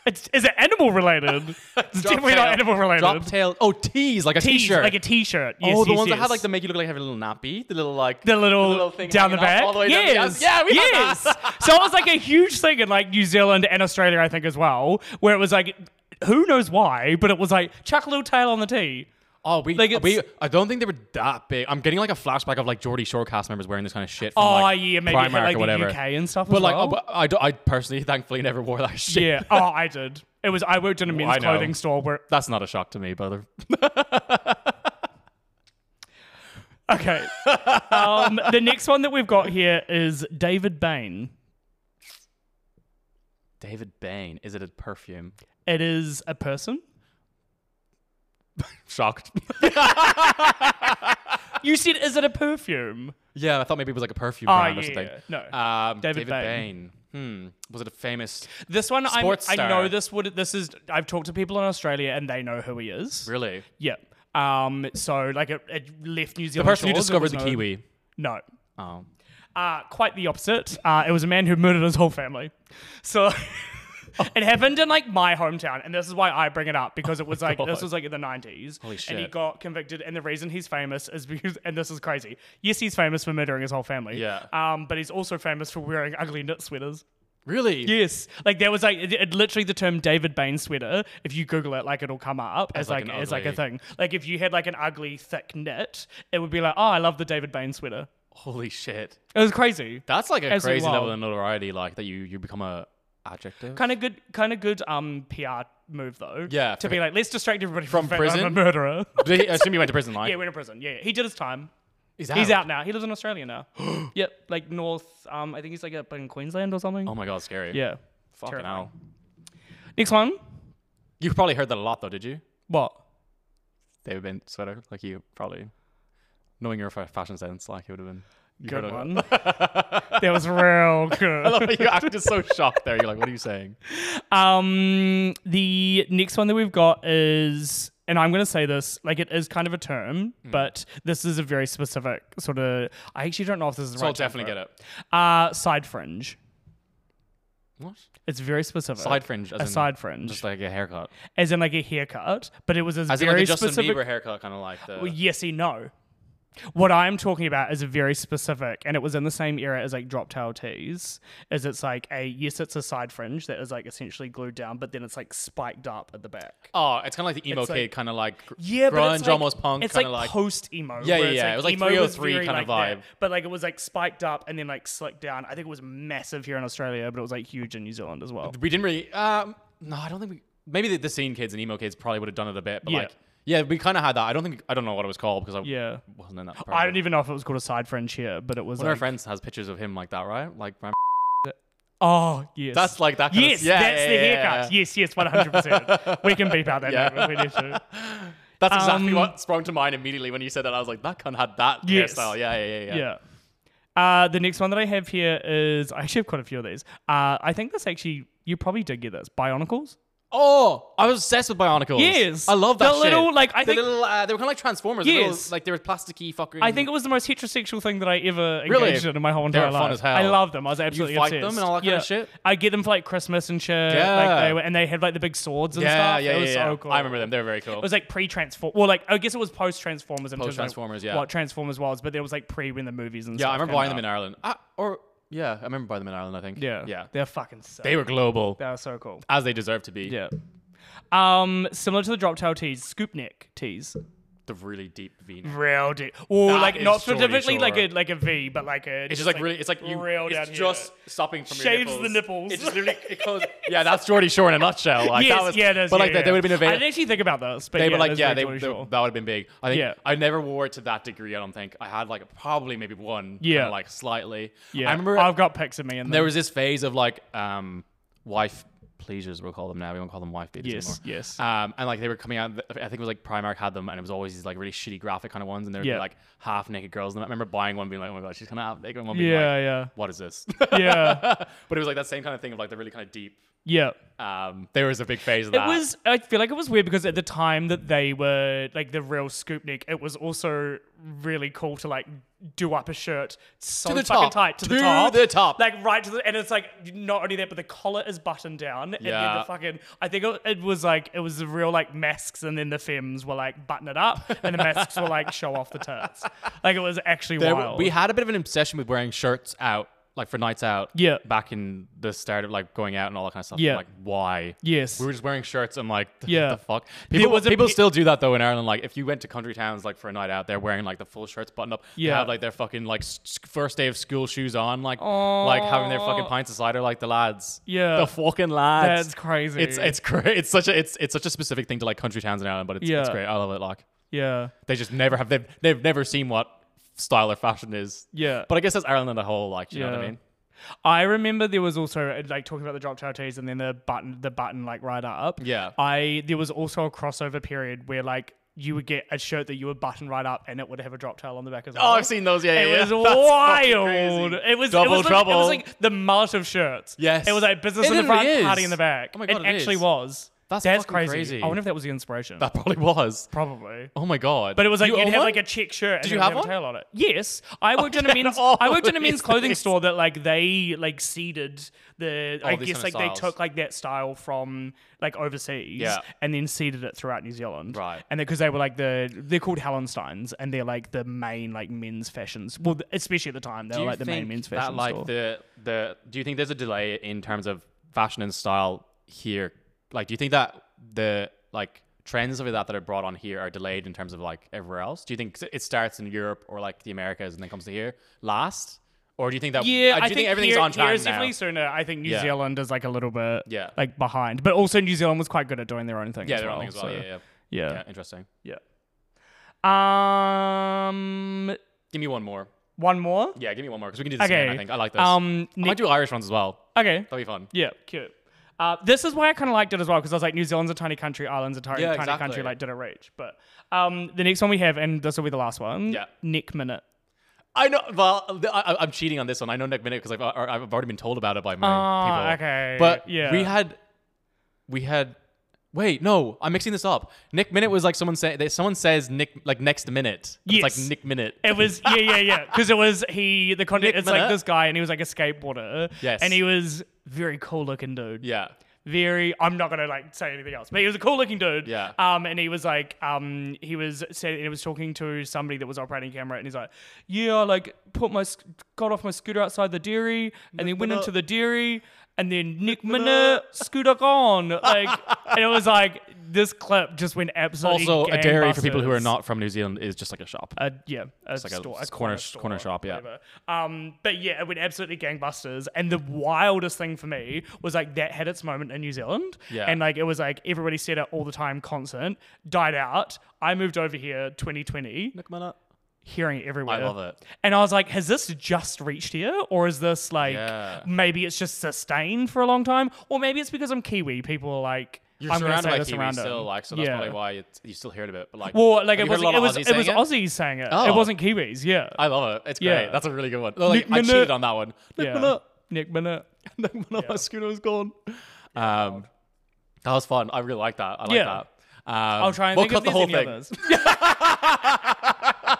S1: it's is it animal related? it's
S2: Drop
S1: definitely not
S2: tail-
S1: animal related.
S2: Drop tail. Oh, tees like a
S1: Tees,
S2: shirt
S1: like a t-shirt. Yes,
S2: oh, the
S1: yes,
S2: ones that
S1: yes.
S2: have like the make you look like you have a little nappy, the little like
S1: the little,
S2: thing
S1: down the
S2: hanging up
S1: back.
S2: all the way down the
S1: yes.
S2: ass. yeah, we had
S1: yes.
S2: that.
S1: so it was like a huge thing in like New Zealand and Australia, I think, as well, where it was like, who knows why, but it was like chuck a little tail on the tee.
S2: Oh, we,
S1: Like,
S2: we
S1: it's-
S2: I don't think they were that big. I'm getting like a flashback of like Geordie Shore cast members wearing this kind of shit. From,
S1: Oh
S2: like,
S1: yeah, maybe
S2: Primark
S1: hit, like
S2: or
S1: the
S2: whatever.
S1: UK and stuff.
S2: But
S1: as
S2: like,
S1: well.
S2: oh, but I, don't- I personally, thankfully, never wore that shit.
S1: yeah. Oh, I did. It was. I worked in a men's
S2: I know.
S1: clothing store where
S2: That's not a shock to me, brother.
S1: Okay. um, the next one that we've got here is David Bain.
S2: David Bain, is it a perfume?
S1: It is a person.
S2: Shocked.
S1: You said, is it a perfume?
S2: yeah, I thought maybe it was like a perfume
S1: Oh,
S2: brand
S1: yeah,
S2: or something.
S1: no.
S2: Um,
S1: David
S2: David,
S1: Bain.
S2: Bain. Hmm. Was it a famous?
S1: This one, I'm,
S2: Sports
S1: I
S2: star.
S1: know this would. This is. I've talked to people in Australia, and they know who he is.
S2: Really?
S1: Yep. Um. So, like, it, it left New
S2: The
S1: Zealand.
S2: person who
S1: shores, it
S2: discovered
S1: was
S2: the
S1: no-
S2: kiwi.
S1: No.
S2: Oh.
S1: Uh, quite the opposite. Uh, it was a man who murdered his whole family. So It happened in like my hometown, and this is why I bring it up because it was like this
S2: Oh, God.
S1: was like in the nineties.
S2: Holy
S1: And he
S2: shit.
S1: got convicted, and the reason he's famous is because, and this is crazy. Yes, he's famous for murdering his whole family.
S2: Yeah.
S1: Um, but he's also famous for wearing ugly knit sweaters.
S2: Really?
S1: Yes, like there was like it, it literally the term David Bain sweater. If you Google it, like it'll come up as,
S2: like,
S1: like,
S2: an
S1: as like a
S2: ugly-
S1: thing. Like if you had like an ugly thick knit, it would be like, oh, I love the David Bain sweater.
S2: Holy shit.
S1: It was crazy.
S2: That's like a
S1: Absolutely
S2: crazy
S1: wild.
S2: level of notoriety, like that you you become a adjective.
S1: Kind of good, kind of good um PR move though.
S2: Yeah,
S1: to
S2: for-
S1: be like, let's distract everybody from,
S2: From
S1: the fact that I'm
S2: prison?
S1: a murderer.
S2: Did he- I assume you went to prison, like
S1: yeah, we're in prison. Yeah, yeah. he did his time.
S2: he's out.
S1: He's out now. He lives in Australia now. yep, like North. Um, I think he's like up in Queensland or something.
S2: Oh my god, scary.
S1: yeah.
S2: Fucking
S1: terrifying.
S2: hell.
S1: Next one.
S2: You probably heard that a lot though, did you?
S1: What?
S2: David Ben sweater, like you probably knowing your fa- fashion sense, like it would have been. you
S1: Good
S2: heard of it.
S1: one. that was real good.
S2: you acted just so shocked there. You're like, what are you saying?
S1: Um, the next one that we've got is, and I'm going to say this, like it is kind of a term,
S2: Hmm.
S1: but this is a very specific sort of. I actually don't know if this is the
S2: So
S1: right.
S2: I'll definitely get it.
S1: it. Uh, side fringe.
S2: What?
S1: It's very specific.
S2: Side fringe. As
S1: a
S2: in
S1: side fringe,
S2: Just like a haircut.
S1: as in like a haircut, but it was a
S2: As in
S1: very
S2: like a Justin
S1: specific.
S2: Bieber haircut, kind of like the.
S1: Well, yesy no. What I'm talking about is a very specific, and it was in the same era as like drop tail tees. Is it's like a yes, it's a side fringe that is like essentially glued down, but then it's like spiked up at the back.
S2: Oh, it's kind of like the emo
S1: It's
S2: kid,
S1: like-
S2: kind of like gr-
S1: Yeah,
S2: grunge,
S1: but it's like,
S2: almost punk,
S1: It's
S2: kind
S1: like,
S2: of like.
S1: post emo.
S2: Yeah,
S1: where
S2: yeah,
S1: it's,
S2: yeah.
S1: like
S2: It was like
S1: emo was
S2: 303
S1: very
S2: kind of
S1: like that,
S2: vibe.
S1: but like it was like spiked up and then like slicked down. I think it was massive here in Australia, but it was like huge in New Zealand as well.
S2: we didn't really. Um, no, I don't think we. Maybe the, the scene kids and emo kids probably would have done it a bit, but
S1: Yeah.
S2: like, yeah, we kind of had that. I don't think I don't know what it was called because I
S1: Yeah.
S2: wasn't in that.
S1: I don't even know if it was called a side fringe here, but it was.
S2: One of our
S1: Like,
S2: friends has pictures of him like that, right? Like, my
S1: oh yes,
S2: that's like that. Kind
S1: yes,
S2: of, yeah,
S1: that's
S2: yeah,
S1: the
S2: yeah,
S1: haircut.
S2: yeah.
S1: Yes, yes, one hundred percent. We can beep out that
S2: Yeah.
S1: name if we need to.
S2: That's exactly
S1: Um,
S2: what sprung to mind immediately when you said that. I was like, that cunt had that
S1: Yes.
S2: hairstyle. Yeah, yeah, yeah, yeah.
S1: Yeah. Uh, the next one that I have here is I actually have quite a few of these. Uh, I think this actually you probably did get this Bionicles.
S2: Oh, I was obsessed with Bionicles.
S1: Yes.
S2: I love
S1: The
S2: that. shit.
S1: little, like, I
S2: The
S1: think-
S2: little, uh, they were kind of like Transformers. the little,
S1: Yes.
S2: like they were plasticky fucking.
S1: I think it was the most heterosexual thing that I ever engaged
S2: Mm. Really?
S1: in in my whole
S2: They were
S1: entire life.
S2: fun as hell.
S1: I love them. I was absolutely
S2: fight them
S1: obsessed.
S2: and all that
S1: yeah.
S2: kind of shit?
S1: I get them for like Christmas and shit. Like
S2: Yeah.
S1: they were, and they had like the big swords and
S2: Yeah,
S1: stuff.
S2: yeah,
S1: it
S2: yeah,
S1: was
S2: yeah.
S1: so cool.
S2: I remember them. They were very cool.
S1: It was like pre-transform. Well, like I guess it was post-transformers. in terms of, like,
S2: Post-Transformers, yeah.
S1: What Transformers was, but there was like pre when the movies and
S2: yeah,
S1: stuff.
S2: I remember
S1: came
S2: buying them in
S1: out.
S2: Ireland. Ah, or yeah, I remember buying them in Ireland. I think.
S1: Yeah,
S2: yeah.
S1: They're fucking. Sick.
S2: They were global,
S1: They were so cool.
S2: as they deserve to be.
S1: Yeah. Um, similar to the drop tail tees, scoop neck tees.
S2: The really deep V.
S1: Real deep. Or
S2: That
S1: like
S2: is
S1: not
S2: shorty
S1: specifically like a
S2: short.
S1: like a V, but like a.
S2: It's just like, really. It's like you.
S1: real
S2: it's
S1: down
S2: just
S1: here.
S2: stopping from
S1: Shaves
S2: your
S1: the nipples.
S2: It just literally. It goes, yeah, that's Geordie Shore in a nutshell. Like
S1: yes,
S2: that was.
S1: yeah, it is.
S2: But
S1: yeah,
S2: like that,
S1: yeah.
S2: they would have been
S1: I
S2: available.
S1: didn't actually think about this, but
S2: they
S1: yeah,
S2: were like,
S1: that's
S2: yeah,
S1: very
S2: they,
S1: Geordie
S2: they-
S1: Shore.
S2: that would have been big. I think
S1: Yeah.
S2: I never wore it to that degree. I don't think I had like probably maybe one. kinda,
S1: Yeah.
S2: like slightly.
S1: yeah,
S2: I remember
S1: I've got pics of me in
S2: there
S1: them.
S2: was this phase of like um wife pleasers. We'll call them now. We won't call them wife beaters
S1: Yes,
S2: anymore.
S1: yes.
S2: Um, and like they were coming out. I think it was like Primark had them, and it was always these like really shitty graphic kind of ones, and there would
S1: Yeah.
S2: be like half naked girls. And I remember buying one, being like, oh my god, she's kind of half naked. And one being
S1: Yeah,
S2: like,
S1: yeah.
S2: What is this?
S1: Yeah.
S2: but it was like that same kind of thing of like the really kind of deep.
S1: yeah.
S2: Um, there was a big phase of
S1: It
S2: that.
S1: was. I feel like it was weird because at the time that they were like the real scoop neck, it was also really cool to like do up a shirt so
S2: To the
S1: fucking
S2: top.
S1: tight to, the
S2: To
S1: top,
S2: the top.
S1: like right to the. And it's like not only that, but the collar is buttoned down, and then the
S2: Yeah.
S1: fucking. I think it, it was like it was the real like masks, and then the femmes were like button it up, and the masks were like show off the tits. Like it was actually
S2: There w-
S1: wild.
S2: we had a bit of an obsession with wearing shirts out, like for nights out.
S1: Yeah.
S2: Back in the start of like going out and all that kind of stuff.
S1: Yeah.
S2: Like why?
S1: Yes.
S2: We were just wearing shirts. I'm like,
S1: Yeah.
S2: yeah. the fuck. People,
S1: was a
S2: people
S1: pe-
S2: still do that though in Ireland. Like if you went to country towns like for a night out, they're wearing like the full shirts buttoned up. They
S1: Yeah.
S2: have like their fucking like s- s- first day of school shoes on. Like like having their fucking pints of cider like the lads.
S1: Yeah.
S2: The fucking lads.
S1: That's crazy.
S2: It's it's great. It's such a it's it's such a specific thing to like country towns in Ireland, but it's, it's
S1: Yeah.
S2: great. I love it. Like
S1: yeah.
S2: they just never have they've, they've never seen what style or fashion is
S1: Yeah.
S2: but i guess that's ireland on the whole like you know what
S1: Yeah.
S2: i mean
S1: I remember there was also uh, like talking about the drop tail tees and then the button, the button like right up.
S2: Yeah.
S1: I there was also a crossover period where like you would get a shirt that you would button right up and it would have a drop tail on the back as well.
S2: oh i've seen those yeah yeah,
S1: It
S2: yeah.
S1: was
S2: That's fucking
S1: wild.
S2: crazy.
S1: It was
S2: double
S1: it was
S2: trouble
S1: Like, it was like the mullet of shirts.
S2: Yes.
S1: It was like business
S2: It
S1: in the
S2: literally
S1: front,
S2: is.
S1: party in the back.
S2: Oh my God,
S1: it,
S2: it
S1: actually
S2: is.
S1: was.
S2: That's,
S1: That's
S2: fucking
S1: crazy.
S2: crazy.
S1: I wonder if that was the inspiration.
S2: that probably was.
S1: Probably.
S2: Oh my god.
S1: But it was like
S2: You
S1: you would
S2: own
S1: have
S2: one?
S1: like a check shirt.
S2: Did
S1: and
S2: you
S1: it would
S2: have
S1: a
S2: one?
S1: tail on it? Yes, I worked in a men's.
S2: all
S1: I worked in a
S2: these
S1: men's clothing
S2: things.
S1: store that like they like seeded the. I
S2: Oh, these
S1: guess like
S2: kind of
S1: they
S2: styles.
S1: took like that style from like overseas.
S2: Yeah.
S1: And then seeded it throughout New Zealand.
S2: Right.
S1: And because they were like the they're called Hallensteins and they're like the main like men's fashions. Well, th- especially at the time they
S2: Do
S1: were
S2: you
S1: like the main
S2: think
S1: men's
S2: that
S1: fashion
S2: like
S1: store.
S2: the the do you think there's a delay in terms of fashion and style here? Like, do you think that the like trends of that that are brought on here are delayed in terms of like everywhere else? Do you think it starts in Europe or like the Americas and then comes to here last, or do you think that
S1: yeah,
S2: uh, do
S1: I
S2: you
S1: think,
S2: think, everything's
S1: here,
S2: on
S1: here
S2: track
S1: is
S2: now?
S1: definitely sooner. I think New
S2: Yeah.
S1: Zealand is like a little bit
S2: Yeah.
S1: like behind, but also New Zealand was quite good at doing their own thing.
S2: Yeah,
S1: as
S2: they're
S1: well,
S2: on things as well.
S1: so-
S2: Yeah, yeah,
S1: yeah.
S2: yeah, yeah. Interesting.
S1: Yeah. Um,
S2: Give me one more.
S1: one more.
S2: Yeah, give me one more because we can do this
S1: Okay.
S2: again. I think I like this.
S1: Um,
S2: I might
S1: Nick-
S2: do Irish ones as well.
S1: Okay.
S2: That'll be fun.
S1: Yeah, cute. Uh, this is why I kind of liked it as well because I was like, New Zealand's a tiny country, Ireland's a tiny,
S2: Yeah,
S1: tiny country.
S2: exactly.
S1: Like, did it reach? But um, the next one we have, and this will be the last one.
S2: Yeah.
S1: Nick minute.
S2: I know. Well, th- I, I- I'm cheating on this one. I know Nick Minute because I've, I- I've already been told about it by my
S1: Oh,
S2: people.
S1: okay.
S2: But
S1: Yeah.
S2: we had, we had. Wait, no, I'm mixing this up. Nick Minute was like someone say that someone says Nick like next minute. It's
S1: Yes.
S2: like Nick Minute.
S1: It was yeah, yeah, yeah. Because it was he the content.
S2: Nick
S1: It's like
S2: Minute.
S1: this guy, and he was like a skateboarder.
S2: Yes.
S1: And he was very cool looking dude.
S2: yeah.
S1: very i'm not gonna like say anything else but he was a cool looking dude
S2: Yeah.
S1: um and he was like um he was said he was talking to somebody that was operating camera and he's like yeah I, like put my sc- got off my scooter outside the dairy and then went into the dairy and then nick minute scooter gone like and it was like this clip just went absolutely
S2: Also, a dairy for people who are
S1: gangbusters.
S2: not from New Zealand is just like a shop.
S1: A, yeah, a
S2: like a
S1: store, a corner,
S2: s- corner-
S1: store,
S2: corner shop, yeah.
S1: whatever. Um, but yeah, it went absolutely gangbusters. And the wildest thing for me was like that had its moment in New Zealand.
S2: Yeah.
S1: And like it was like everybody said it all the time, constant, died out. I moved over here 2020,
S2: Nick Minute.
S1: hearing it everywhere.
S2: I love it.
S1: And I was like, has this just reached here? Or is this like
S2: Yeah.
S1: maybe it's just sustained for a long time? Or maybe it's because I'm Kiwi. People are like,
S2: You're
S1: I'm
S2: surrounded
S1: gonna say
S2: by
S1: this
S2: Kiwi
S1: around
S2: still,
S1: him.
S2: like, so that's
S1: Yeah.
S2: probably why it's, you still hear it a bit. But like,
S1: Well, like
S2: have
S1: it
S2: you heard
S1: was
S2: a lot
S1: it
S2: of
S1: was
S2: Aussies
S1: it was
S2: saying
S1: Aussies saying it. It
S2: Oh.
S1: wasn't Kiwis. Yeah.
S2: I love it. It's great.
S1: Yeah.
S2: That's a really good one. Like,
S1: Nick
S2: I cheated
S1: Minute.
S2: on that one. Nick
S1: yeah.
S2: Minute.
S1: Nick Minute.
S2: Like, one of my scooter was gone. um, that was fun. I really like that. I like
S1: Yeah.
S2: that. Um,
S1: I'll try and
S2: we'll
S1: think
S2: cut
S1: of
S2: the
S1: these
S2: whole
S1: any
S2: thing.
S1: others.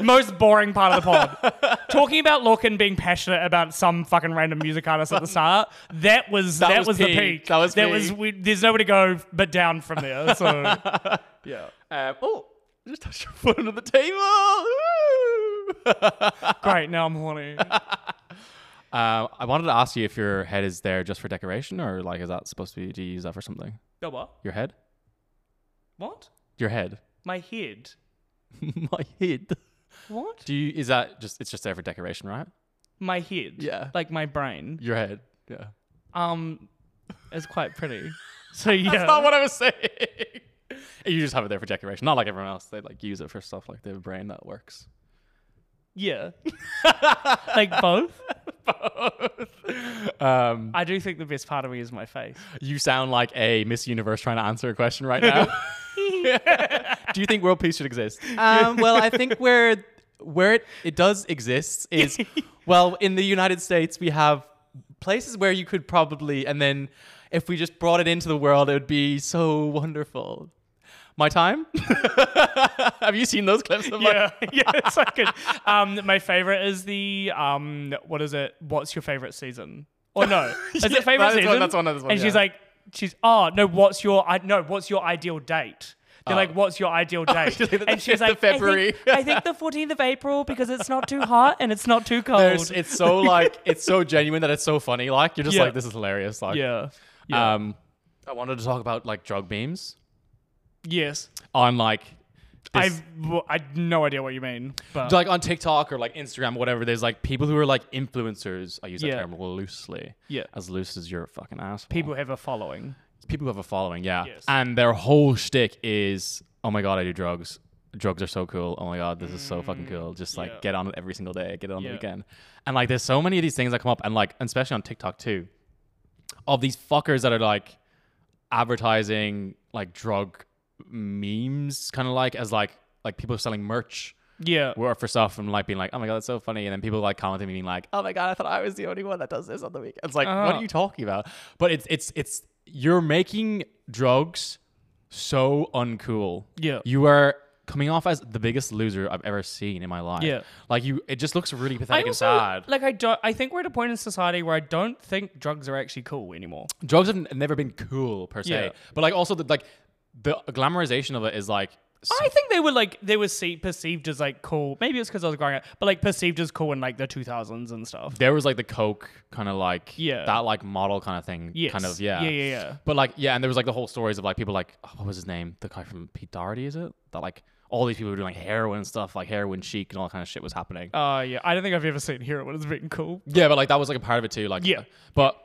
S1: Most boring part of the pod. Talking about Look and being passionate about some fucking random music artist at the start. That was that,
S2: That
S1: was,
S2: was
S1: the
S2: peak.
S1: peak.
S2: That was
S1: that
S2: peak.
S1: was. We, there's nowhere to go but down from there. So
S2: Yeah. Um, oh, I just touched your foot under the table. Woo!
S1: great. Now I'm horny.
S2: um, I wanted to ask you if your head is there just for decoration, or like, is that supposed to be? Do you use that for something?
S1: The what?
S2: Your head.
S1: What?
S2: Your head.
S1: My head.
S2: my head.
S1: What?
S2: Do you? Is that just? It's just there for decoration, right?
S1: My head.
S2: Yeah.
S1: Like my brain.
S2: Your head. Yeah.
S1: Um, it's quite pretty. So yeah.
S2: That's not what I was saying. you just have it there for decoration, not like everyone else. They like use it for stuff like their brain that works.
S1: Yeah. like both.
S2: Um,
S1: I do think the best part of me is my face.
S2: you sound like a Miss Universe trying to answer a question right now. Do you think world peace should exist? Um, well, I think where where it, it does exist is well in the United States we have places where you could probably and then if we just brought it into the world it would be so wonderful. My time? have you seen those clips of my
S1: Yeah, yeah, it's so good. Um, my favorite is the um, what is it? What's your favorite season? Or no, is
S2: Yeah,
S1: it favorite
S2: that is one-
S1: season?
S2: that's one, that's one,
S1: and she's
S2: yeah.
S1: like, she's oh no, what's your I no, what's your ideal date? They're
S2: Oh.
S1: like, what's your ideal date?
S2: she's like,
S1: and she's
S2: "The
S1: like, I
S2: February."
S1: think, I think the fourteenth of April because it's not too hot and it's not too cold.
S2: There's, it's so like it's so genuine that it's so funny. Like you're just
S1: Yeah.
S2: like this is hilarious. Like
S1: yeah, yeah.
S2: um, I wanted to talk about like drug memes
S1: yes.
S2: on like
S1: I've w- I had no idea what you mean, but
S2: like on TikTok or like Instagram, whatever. There's like people who are like influencers. I use that
S1: Yeah.
S2: term loosely.
S1: Yeah.
S2: as loose as your fucking asshole.
S1: people have a following.
S2: people who have a following. Yeah,
S1: Yes.
S2: and their whole shtick is, oh my god, I do drugs. Drugs are so cool. Oh my god, this is so fucking cool. Just like
S1: Mm, yeah.
S2: get on it every single day. Get it on
S1: Yeah.
S2: the weekend. And like, there's so many of these things that come up, and like, and especially on TikTok too, of these fuckers that are like advertising like drug memes, kind of like as like like people selling merch
S1: Yeah,
S2: work for stuff and like being like, oh my god, that's so funny, and then people like commenting being like, oh my god, I thought I was the only one that does this on the weekend. It's like, what
S1: Uh-huh.
S2: are you talking about? But it's it's it's you're making drugs so uncool.
S1: Yeah.
S2: You are coming off as the biggest loser I've ever seen in my life.
S1: Yeah.
S2: Like you it just looks really
S1: I
S2: pathetic
S1: also,
S2: and sad.
S1: like I don't. I think we're at a point in society where I don't think drugs are actually cool anymore.
S2: drugs have n- never been cool per se.
S1: Yeah.
S2: But like also the like the glamorization of it is like s-
S1: I think they were like they were see, perceived as like cool. Maybe it's because I was growing up, but like perceived as cool in like the two thousands and stuff.
S2: there was like the coke kind of like
S1: Yeah.
S2: that like model kind of thing kind
S1: Yes.
S2: of yeah
S1: Yeah, yeah, yeah.
S2: but like yeah and there was like the whole stories of like people like oh, what was his name the guy from Pete Doherty is it that like all these people were doing like heroin and stuff like heroin chic and all that kind of shit was happening
S1: Uh yeah. I don't think I've ever seen heroin as being cool.
S2: yeah but like that was like a part of it too like
S1: Yeah.
S2: but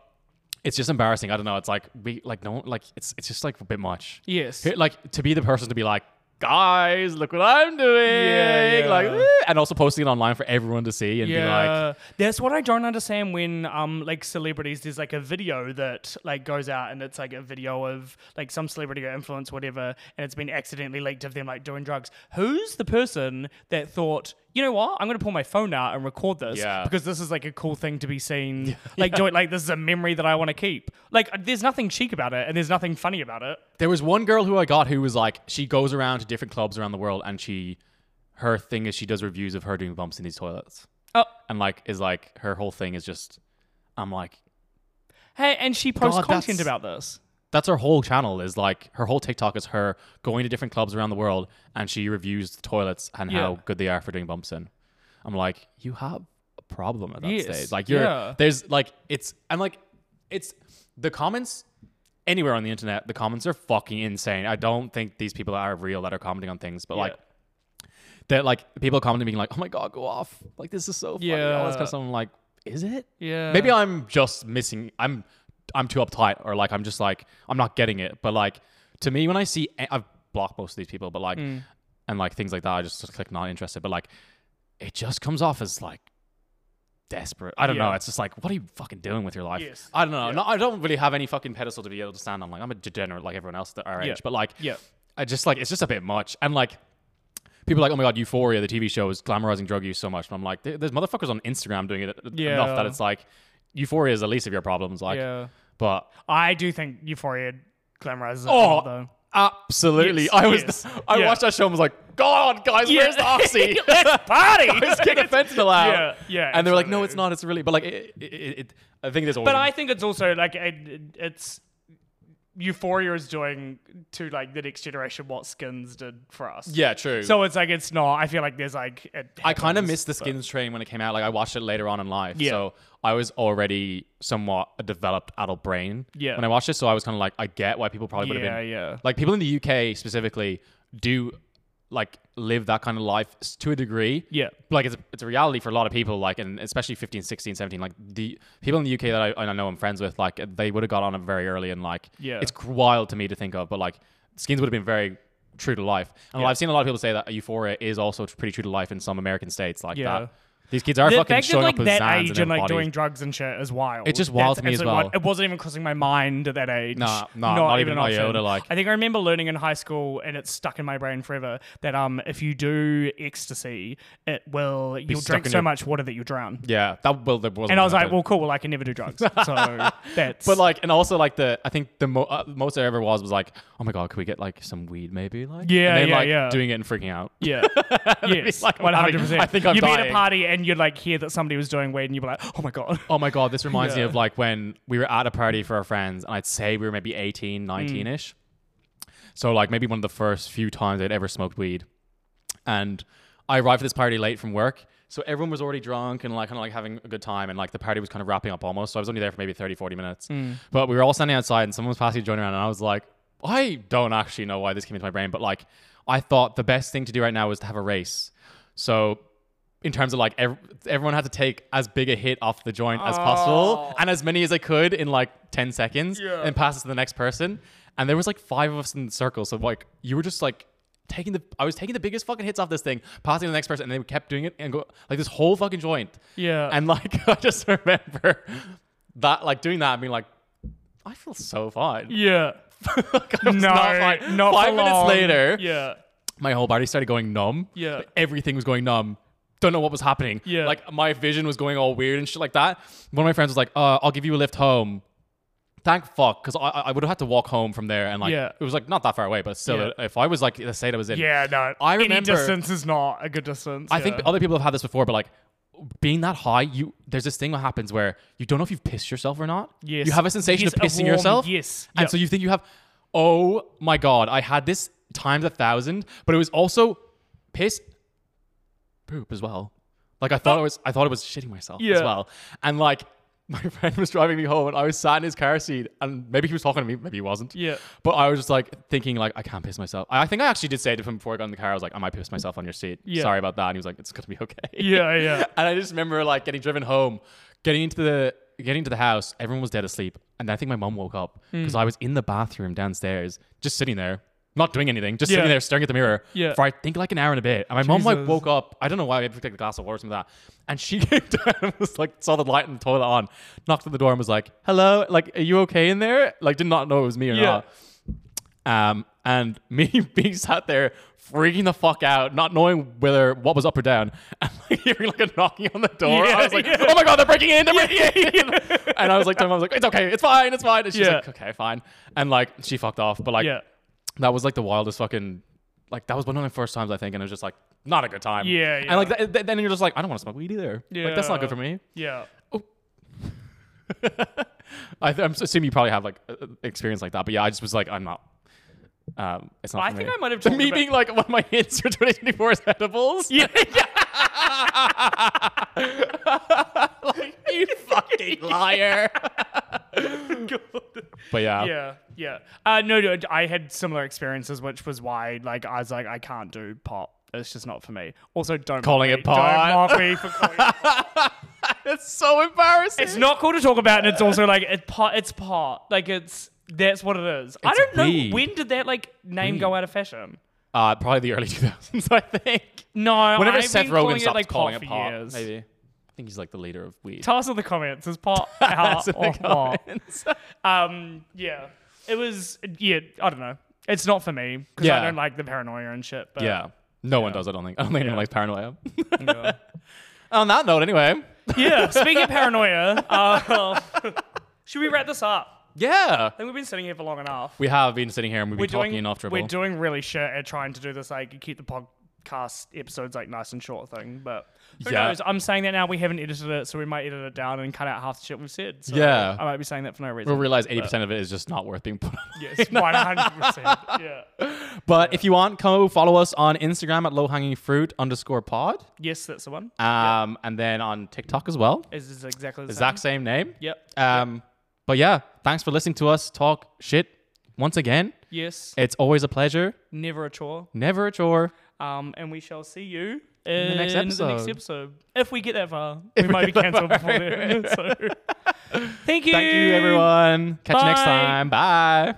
S2: it's just embarrassing I don't know it's like we like no like it's it's just like a bit much
S1: Yes.
S2: Here- like to be the person to be like guys look what i'm doing
S1: Yeah,
S2: like
S1: yeah.
S2: "Eh," and also posting it online for everyone to see and be like
S1: Yeah, that's what I don't understand when um like celebrities. There's like a video that like goes out and it's like a video of like some celebrity or influence whatever, and it's been accidentally leaked of them like doing drugs. Who's the person that thought? You know what? I'm gonna pull my phone out and record this
S2: Yeah.
S1: because this is like a cool thing to be seen. Like, do it like this is a memory that I want to keep. Like, uh, there's nothing chic about it, and there's nothing funny about it.
S2: there was one girl who i got who was like she goes around to different clubs around the world and she her thing is she does reviews of her doing bumps in these toilets
S1: Oh,
S2: and like is like her whole thing is just i'm like
S1: hey, and she posts
S2: God,
S1: content
S2: that's-
S1: about this.
S2: that's her whole channel is like her whole tiktok is her going to different clubs around the world and she reviews the toilets and
S1: Yeah.
S2: how good they are for doing bumps in i'm like you have a problem at that
S1: Yes,
S2: stage like you're
S1: yeah.
S2: there's like it's and like it's the comments anywhere on the internet the comments are fucking insane i don't think these people are real that are commenting on things but like that like people commenting being like oh my god go off like this is so funny all this kind
S1: Yeah.
S2: of stuff i'm like is it
S1: Yeah.
S2: maybe I'm just missing. I'm I'm too uptight, or like I'm just like I'm not getting it. But like to me, when I see I've blocked most of these people, but like
S1: Mm.
S2: and like things like that, I just click not interested. But like it just comes off as like desperate. I don't know.
S1: Yeah.
S2: It's just like what are you fucking doing with your life?
S1: Yes.
S2: I don't know. No, I don't really have any fucking pedestal to be able to stand on. Like I'm a degenerate like everyone else at our
S1: Yeah.
S2: age. But like
S1: Yeah.
S2: I just like it's just a bit much. And like people are like, oh my god, Euphoria, the TV show, is glamorizing drug use so much. And I'm like, there- there's motherfuckers on Instagram doing it
S1: Yeah.
S2: enough that it's like Euphoria is the least of your problems. Like,
S1: Yeah.
S2: but
S1: I do think Euphoria glamorizes it a
S2: oh,
S1: lot, though.
S2: absolutely.
S1: Yes,
S2: I was
S1: yes,
S2: I
S1: yeah.
S2: watched that show and was like, God, guys, where's the oxy?
S1: Let's party.
S2: Let's get the fentanyl out.
S1: Yeah, yeah,
S2: And they're like, no,
S1: absolutely.
S2: it's not. It's really, but like, it, it, it, it- I think there's always.
S1: But I think it's also like it, it's Euphoria is doing to like the next generation what Skins did for us.
S2: yeah, true.
S1: So it's like it's not. I feel like there's like it
S2: I kind of
S1: happens,
S2: missed the
S1: but-
S2: skins train when it came out. Like I watched it later on in life,
S1: Yeah.
S2: so I was already somewhat a developed adult brain
S1: Yeah.
S2: when I watched it. So I was kind of like, I get why people probably would have
S1: Yeah,
S2: been,
S1: yeah.
S2: Like people in the UK specifically do like live that kind of life s- to a degree.
S1: Yeah.
S2: Like it's, it's a reality for a lot of people, like, and especially 15, 16, 17, like the people in the UK that I, I know I'm friends with, like they would have got on it very early and like,
S1: Yeah.
S2: it's cr- wild to me to think of, but like skins would have been very true to life. And
S1: Yeah.
S2: I've seen a lot of people say that Euphoria is also t- pretty true to life in some American states like
S1: Yeah.
S2: that. These kids are
S1: The
S2: fucking
S1: fact that
S2: showing
S1: like
S2: up with
S1: that
S2: Xans in
S1: age
S2: their
S1: and like
S2: bodies.
S1: doing drugs and shit is wild.
S2: It's just wild
S1: That's
S2: to me as
S1: absolutely wild.
S2: well.
S1: It wasn't even crossing my mind at that age.
S2: Nah, nah, not even an
S1: an
S2: iota,
S1: option.
S2: like-
S1: I think I remember learning in high school, and it's stuck in my brain forever that um if you do ecstasy, it will you'll
S2: stuck
S1: drink
S2: in
S1: so
S2: your-
S1: much water that you drown.
S2: yeah, that well, there wasn't.
S1: And I was
S2: that
S1: like,
S2: then.
S1: well, cool. Well, I can never do drugs. So that's.
S2: but like, and also like the, I think the mo- uh, most I ever was was like, oh my god, could we get like some weed maybe? Like,
S1: Yeah,
S2: and then,
S1: yeah,
S2: like,
S1: yeah.
S2: Doing it and freaking out.
S1: yeah, yes,
S2: like,
S1: one
S2: I'm having-
S1: hundred percent.
S2: I think I'm
S1: You'd be at a
S2: dying.
S1: party and you'd like hear that somebody was doing weed, and you'd be like, oh my god.
S2: Oh my god, this reminds me
S1: Yeah.
S2: of like when we were at a party for our friends, and I'd say we were maybe 18, 19 ish. So like maybe one of the first few times I'd ever smoked weed. And I arrived at this party late from work. So everyone was already drunk and like kind of like having a good time and like the party was kind of wrapping up almost. So I was only there for maybe 30, 40 minutes. But we were all standing outside and someone was passing a joint around and I was like, I don't actually know why this came into my brain, but like I thought the best thing to do right now was to have a race. So in terms of like ev- everyone had to take as big a hit off the joint as possible and as many as I could in like 10 seconds
S1: Yeah.
S2: and pass it to the next person. And there was like five of us in the circle. So like you were just like taking the, I was taking the biggest fucking hits off this thing, passing it to the next person. And they kept doing it and go like this whole fucking joint.
S1: Yeah.
S2: And like, I just remember that, like doing that and being like, I feel so fine.
S1: Yeah.
S2: Like, I was
S1: no,
S2: not fine.
S1: not for
S2: Five minutes
S1: long.
S2: later,
S1: Yeah.
S2: my whole body started going numb.
S1: Yeah.
S2: Like, everything was going numb. Don't know what was happening.
S1: Yeah.
S2: Like my vision was going all weird and shit like that. One of my friends was like, uh, I'll give you a lift home. Thank fuck, because I I would have had to walk home from there, and like
S1: Yeah.
S2: it was like not that far away, but still,
S1: Yeah.
S2: if I was like the state I was in,
S1: Yeah, no.
S2: I
S1: Any
S2: remember-
S1: distance is not a good distance.
S2: I think
S1: yeah.
S2: other people have had this before, but like being that high, you there's this thing that happens where you don't know if you've pissed yourself or not.
S1: Yes.
S2: You have a sensation
S1: Yes,
S2: of
S1: a
S2: pissing
S1: warm
S2: yourself.
S1: yes.
S2: And
S1: Yep.
S2: so you think you have oh my god, I had this times a thousand, but it was also piss poop as well. Like I thought it was I thought it was shitting myself as
S1: Yeah.
S2: well. And like my friend was driving me home and I was sat in his car seat and maybe he was talking to me, maybe he wasn't.
S1: Yeah.
S2: But I was just like thinking like I can't piss myself. I I think I actually did say to him before I got in the car, I was like, I might piss myself on your seat.
S1: Yeah.
S2: Sorry about that. And he was like, It's gonna be okay.
S1: Yeah, yeah.
S2: and I just remember like getting driven home, getting into the getting to the house, everyone was dead asleep. And I think my mom woke up
S1: Hmm.
S2: because I was in the bathroom downstairs, just sitting there, not doing anything, just sitting
S1: Yeah.
S2: there staring at the mirror
S1: Yeah.
S2: for I think like an hour and a bit. And my mom like
S1: Jesus.
S2: woke up. I don't know why I had to take a glass of water or something like that. And she came down and was like saw the light in the toilet on, knocked at the door and was like, Hello, like are you okay in there? Like did not know it was me or
S1: Yeah.
S2: not. Um, and me being sat there freaking the fuck out, not knowing whether what was up or down, and like hearing like a knocking on the door.
S1: Yeah,
S2: I was like,
S1: yeah.
S2: "Oh my god, they're breaking in! They're breaking in!" and I was like, to my "Mom, I was like, it's okay, it's fine, it's fine." And she's
S1: Yeah.
S2: like, "Okay, fine." And like she fucked off, but like
S1: Yeah.
S2: that was like the wildest fucking. Like that was one of my first times I think, and it was just like not a good time.
S1: Yeah,
S2: And
S1: yeah.
S2: like th- th- then you're just like, I don't want to smoke weed either. Like that's not good for me.
S1: Yeah.
S2: I th- I'm assuming you probably have like a- a- experience like that, but yeah, I just was like, I'm not. Um, it's not.
S1: I
S2: for
S1: think
S2: me.
S1: I might have
S2: To
S1: talked
S2: me
S1: about-
S2: being like one of my hints for 2024 is edibles.
S1: Yeah.
S2: like, you fucking liar. but yeah,
S1: yeah, yeah. Uh, no, no, I had similar experiences, which was why, like, I was like, I can't do pot. It's just not for me. Also, don't
S2: Calling
S1: mock
S2: it
S1: me.
S2: pot.
S1: Don't mock me for calling it pot.
S2: it's so embarrassing.
S1: It's not cool to talk about, and it's also like it pot. It's pot. Like it's that's what it is. I
S2: It's
S1: don't know
S2: weed.
S1: when did that like name go out of fashion.
S2: uh, probably the early 2000s, I think.
S1: No,
S2: Whenever
S1: I've
S2: Seth
S1: been
S2: Rogen
S1: calling
S2: stopped
S1: it, like,
S2: calling
S1: pot
S2: it
S1: for
S2: pot,
S1: years.
S2: maybe. I think he's like the leader of weed.
S1: Tell us in the comments. Is pot out
S2: That's in the
S1: or pot?
S2: comments.
S1: Um, yeah. It was yeah. I don't know. It's not for me because
S2: Yeah.
S1: I don't like the paranoia and shit. But
S2: yeah, no one does. I don't think. I don't think anyone likes paranoia.
S1: yeah.
S2: On that note, anyway.
S1: Yeah, speaking of paranoia, uh, should we wrap this up?
S2: Yeah.
S1: I think we've been sitting here for long enough.
S2: We have been sitting here and we've been
S1: We're
S2: talking
S1: doing
S2: enough dribble.
S1: we're doing really shit at trying to do this like keep the podcast episodes like nice and short thing, but who
S2: Yeah.
S1: knows? I'm saying that now we haven't edited it, so we might edit it down and cut out half the shit we've said. So
S2: Yeah.
S1: I might be saying that for no reason.
S2: We'll realize 80% of it is just not worth being put on.
S1: yes, 100. percent Yeah.
S2: But if you want, come follow us on Instagram at low hanging fruit underscore pod.
S1: Yes, that's the one.
S2: Um, And then on TikTok as well.
S1: Is is exactly the
S2: Exact
S1: same.
S2: same name.
S1: Yep.
S2: Um, But yeah, thanks for listening to us talk shit once again.
S1: Yes.
S2: It's always a pleasure,
S1: Never a chore.
S2: never a chore.
S1: Um, and we shall see you in,
S2: the next
S1: the next
S2: episode.
S1: episode. If we get that far, we might be cancelled before then. so, thank you.
S2: Thank you, everyone. Catch you next
S1: Bye.
S2: time. Bye.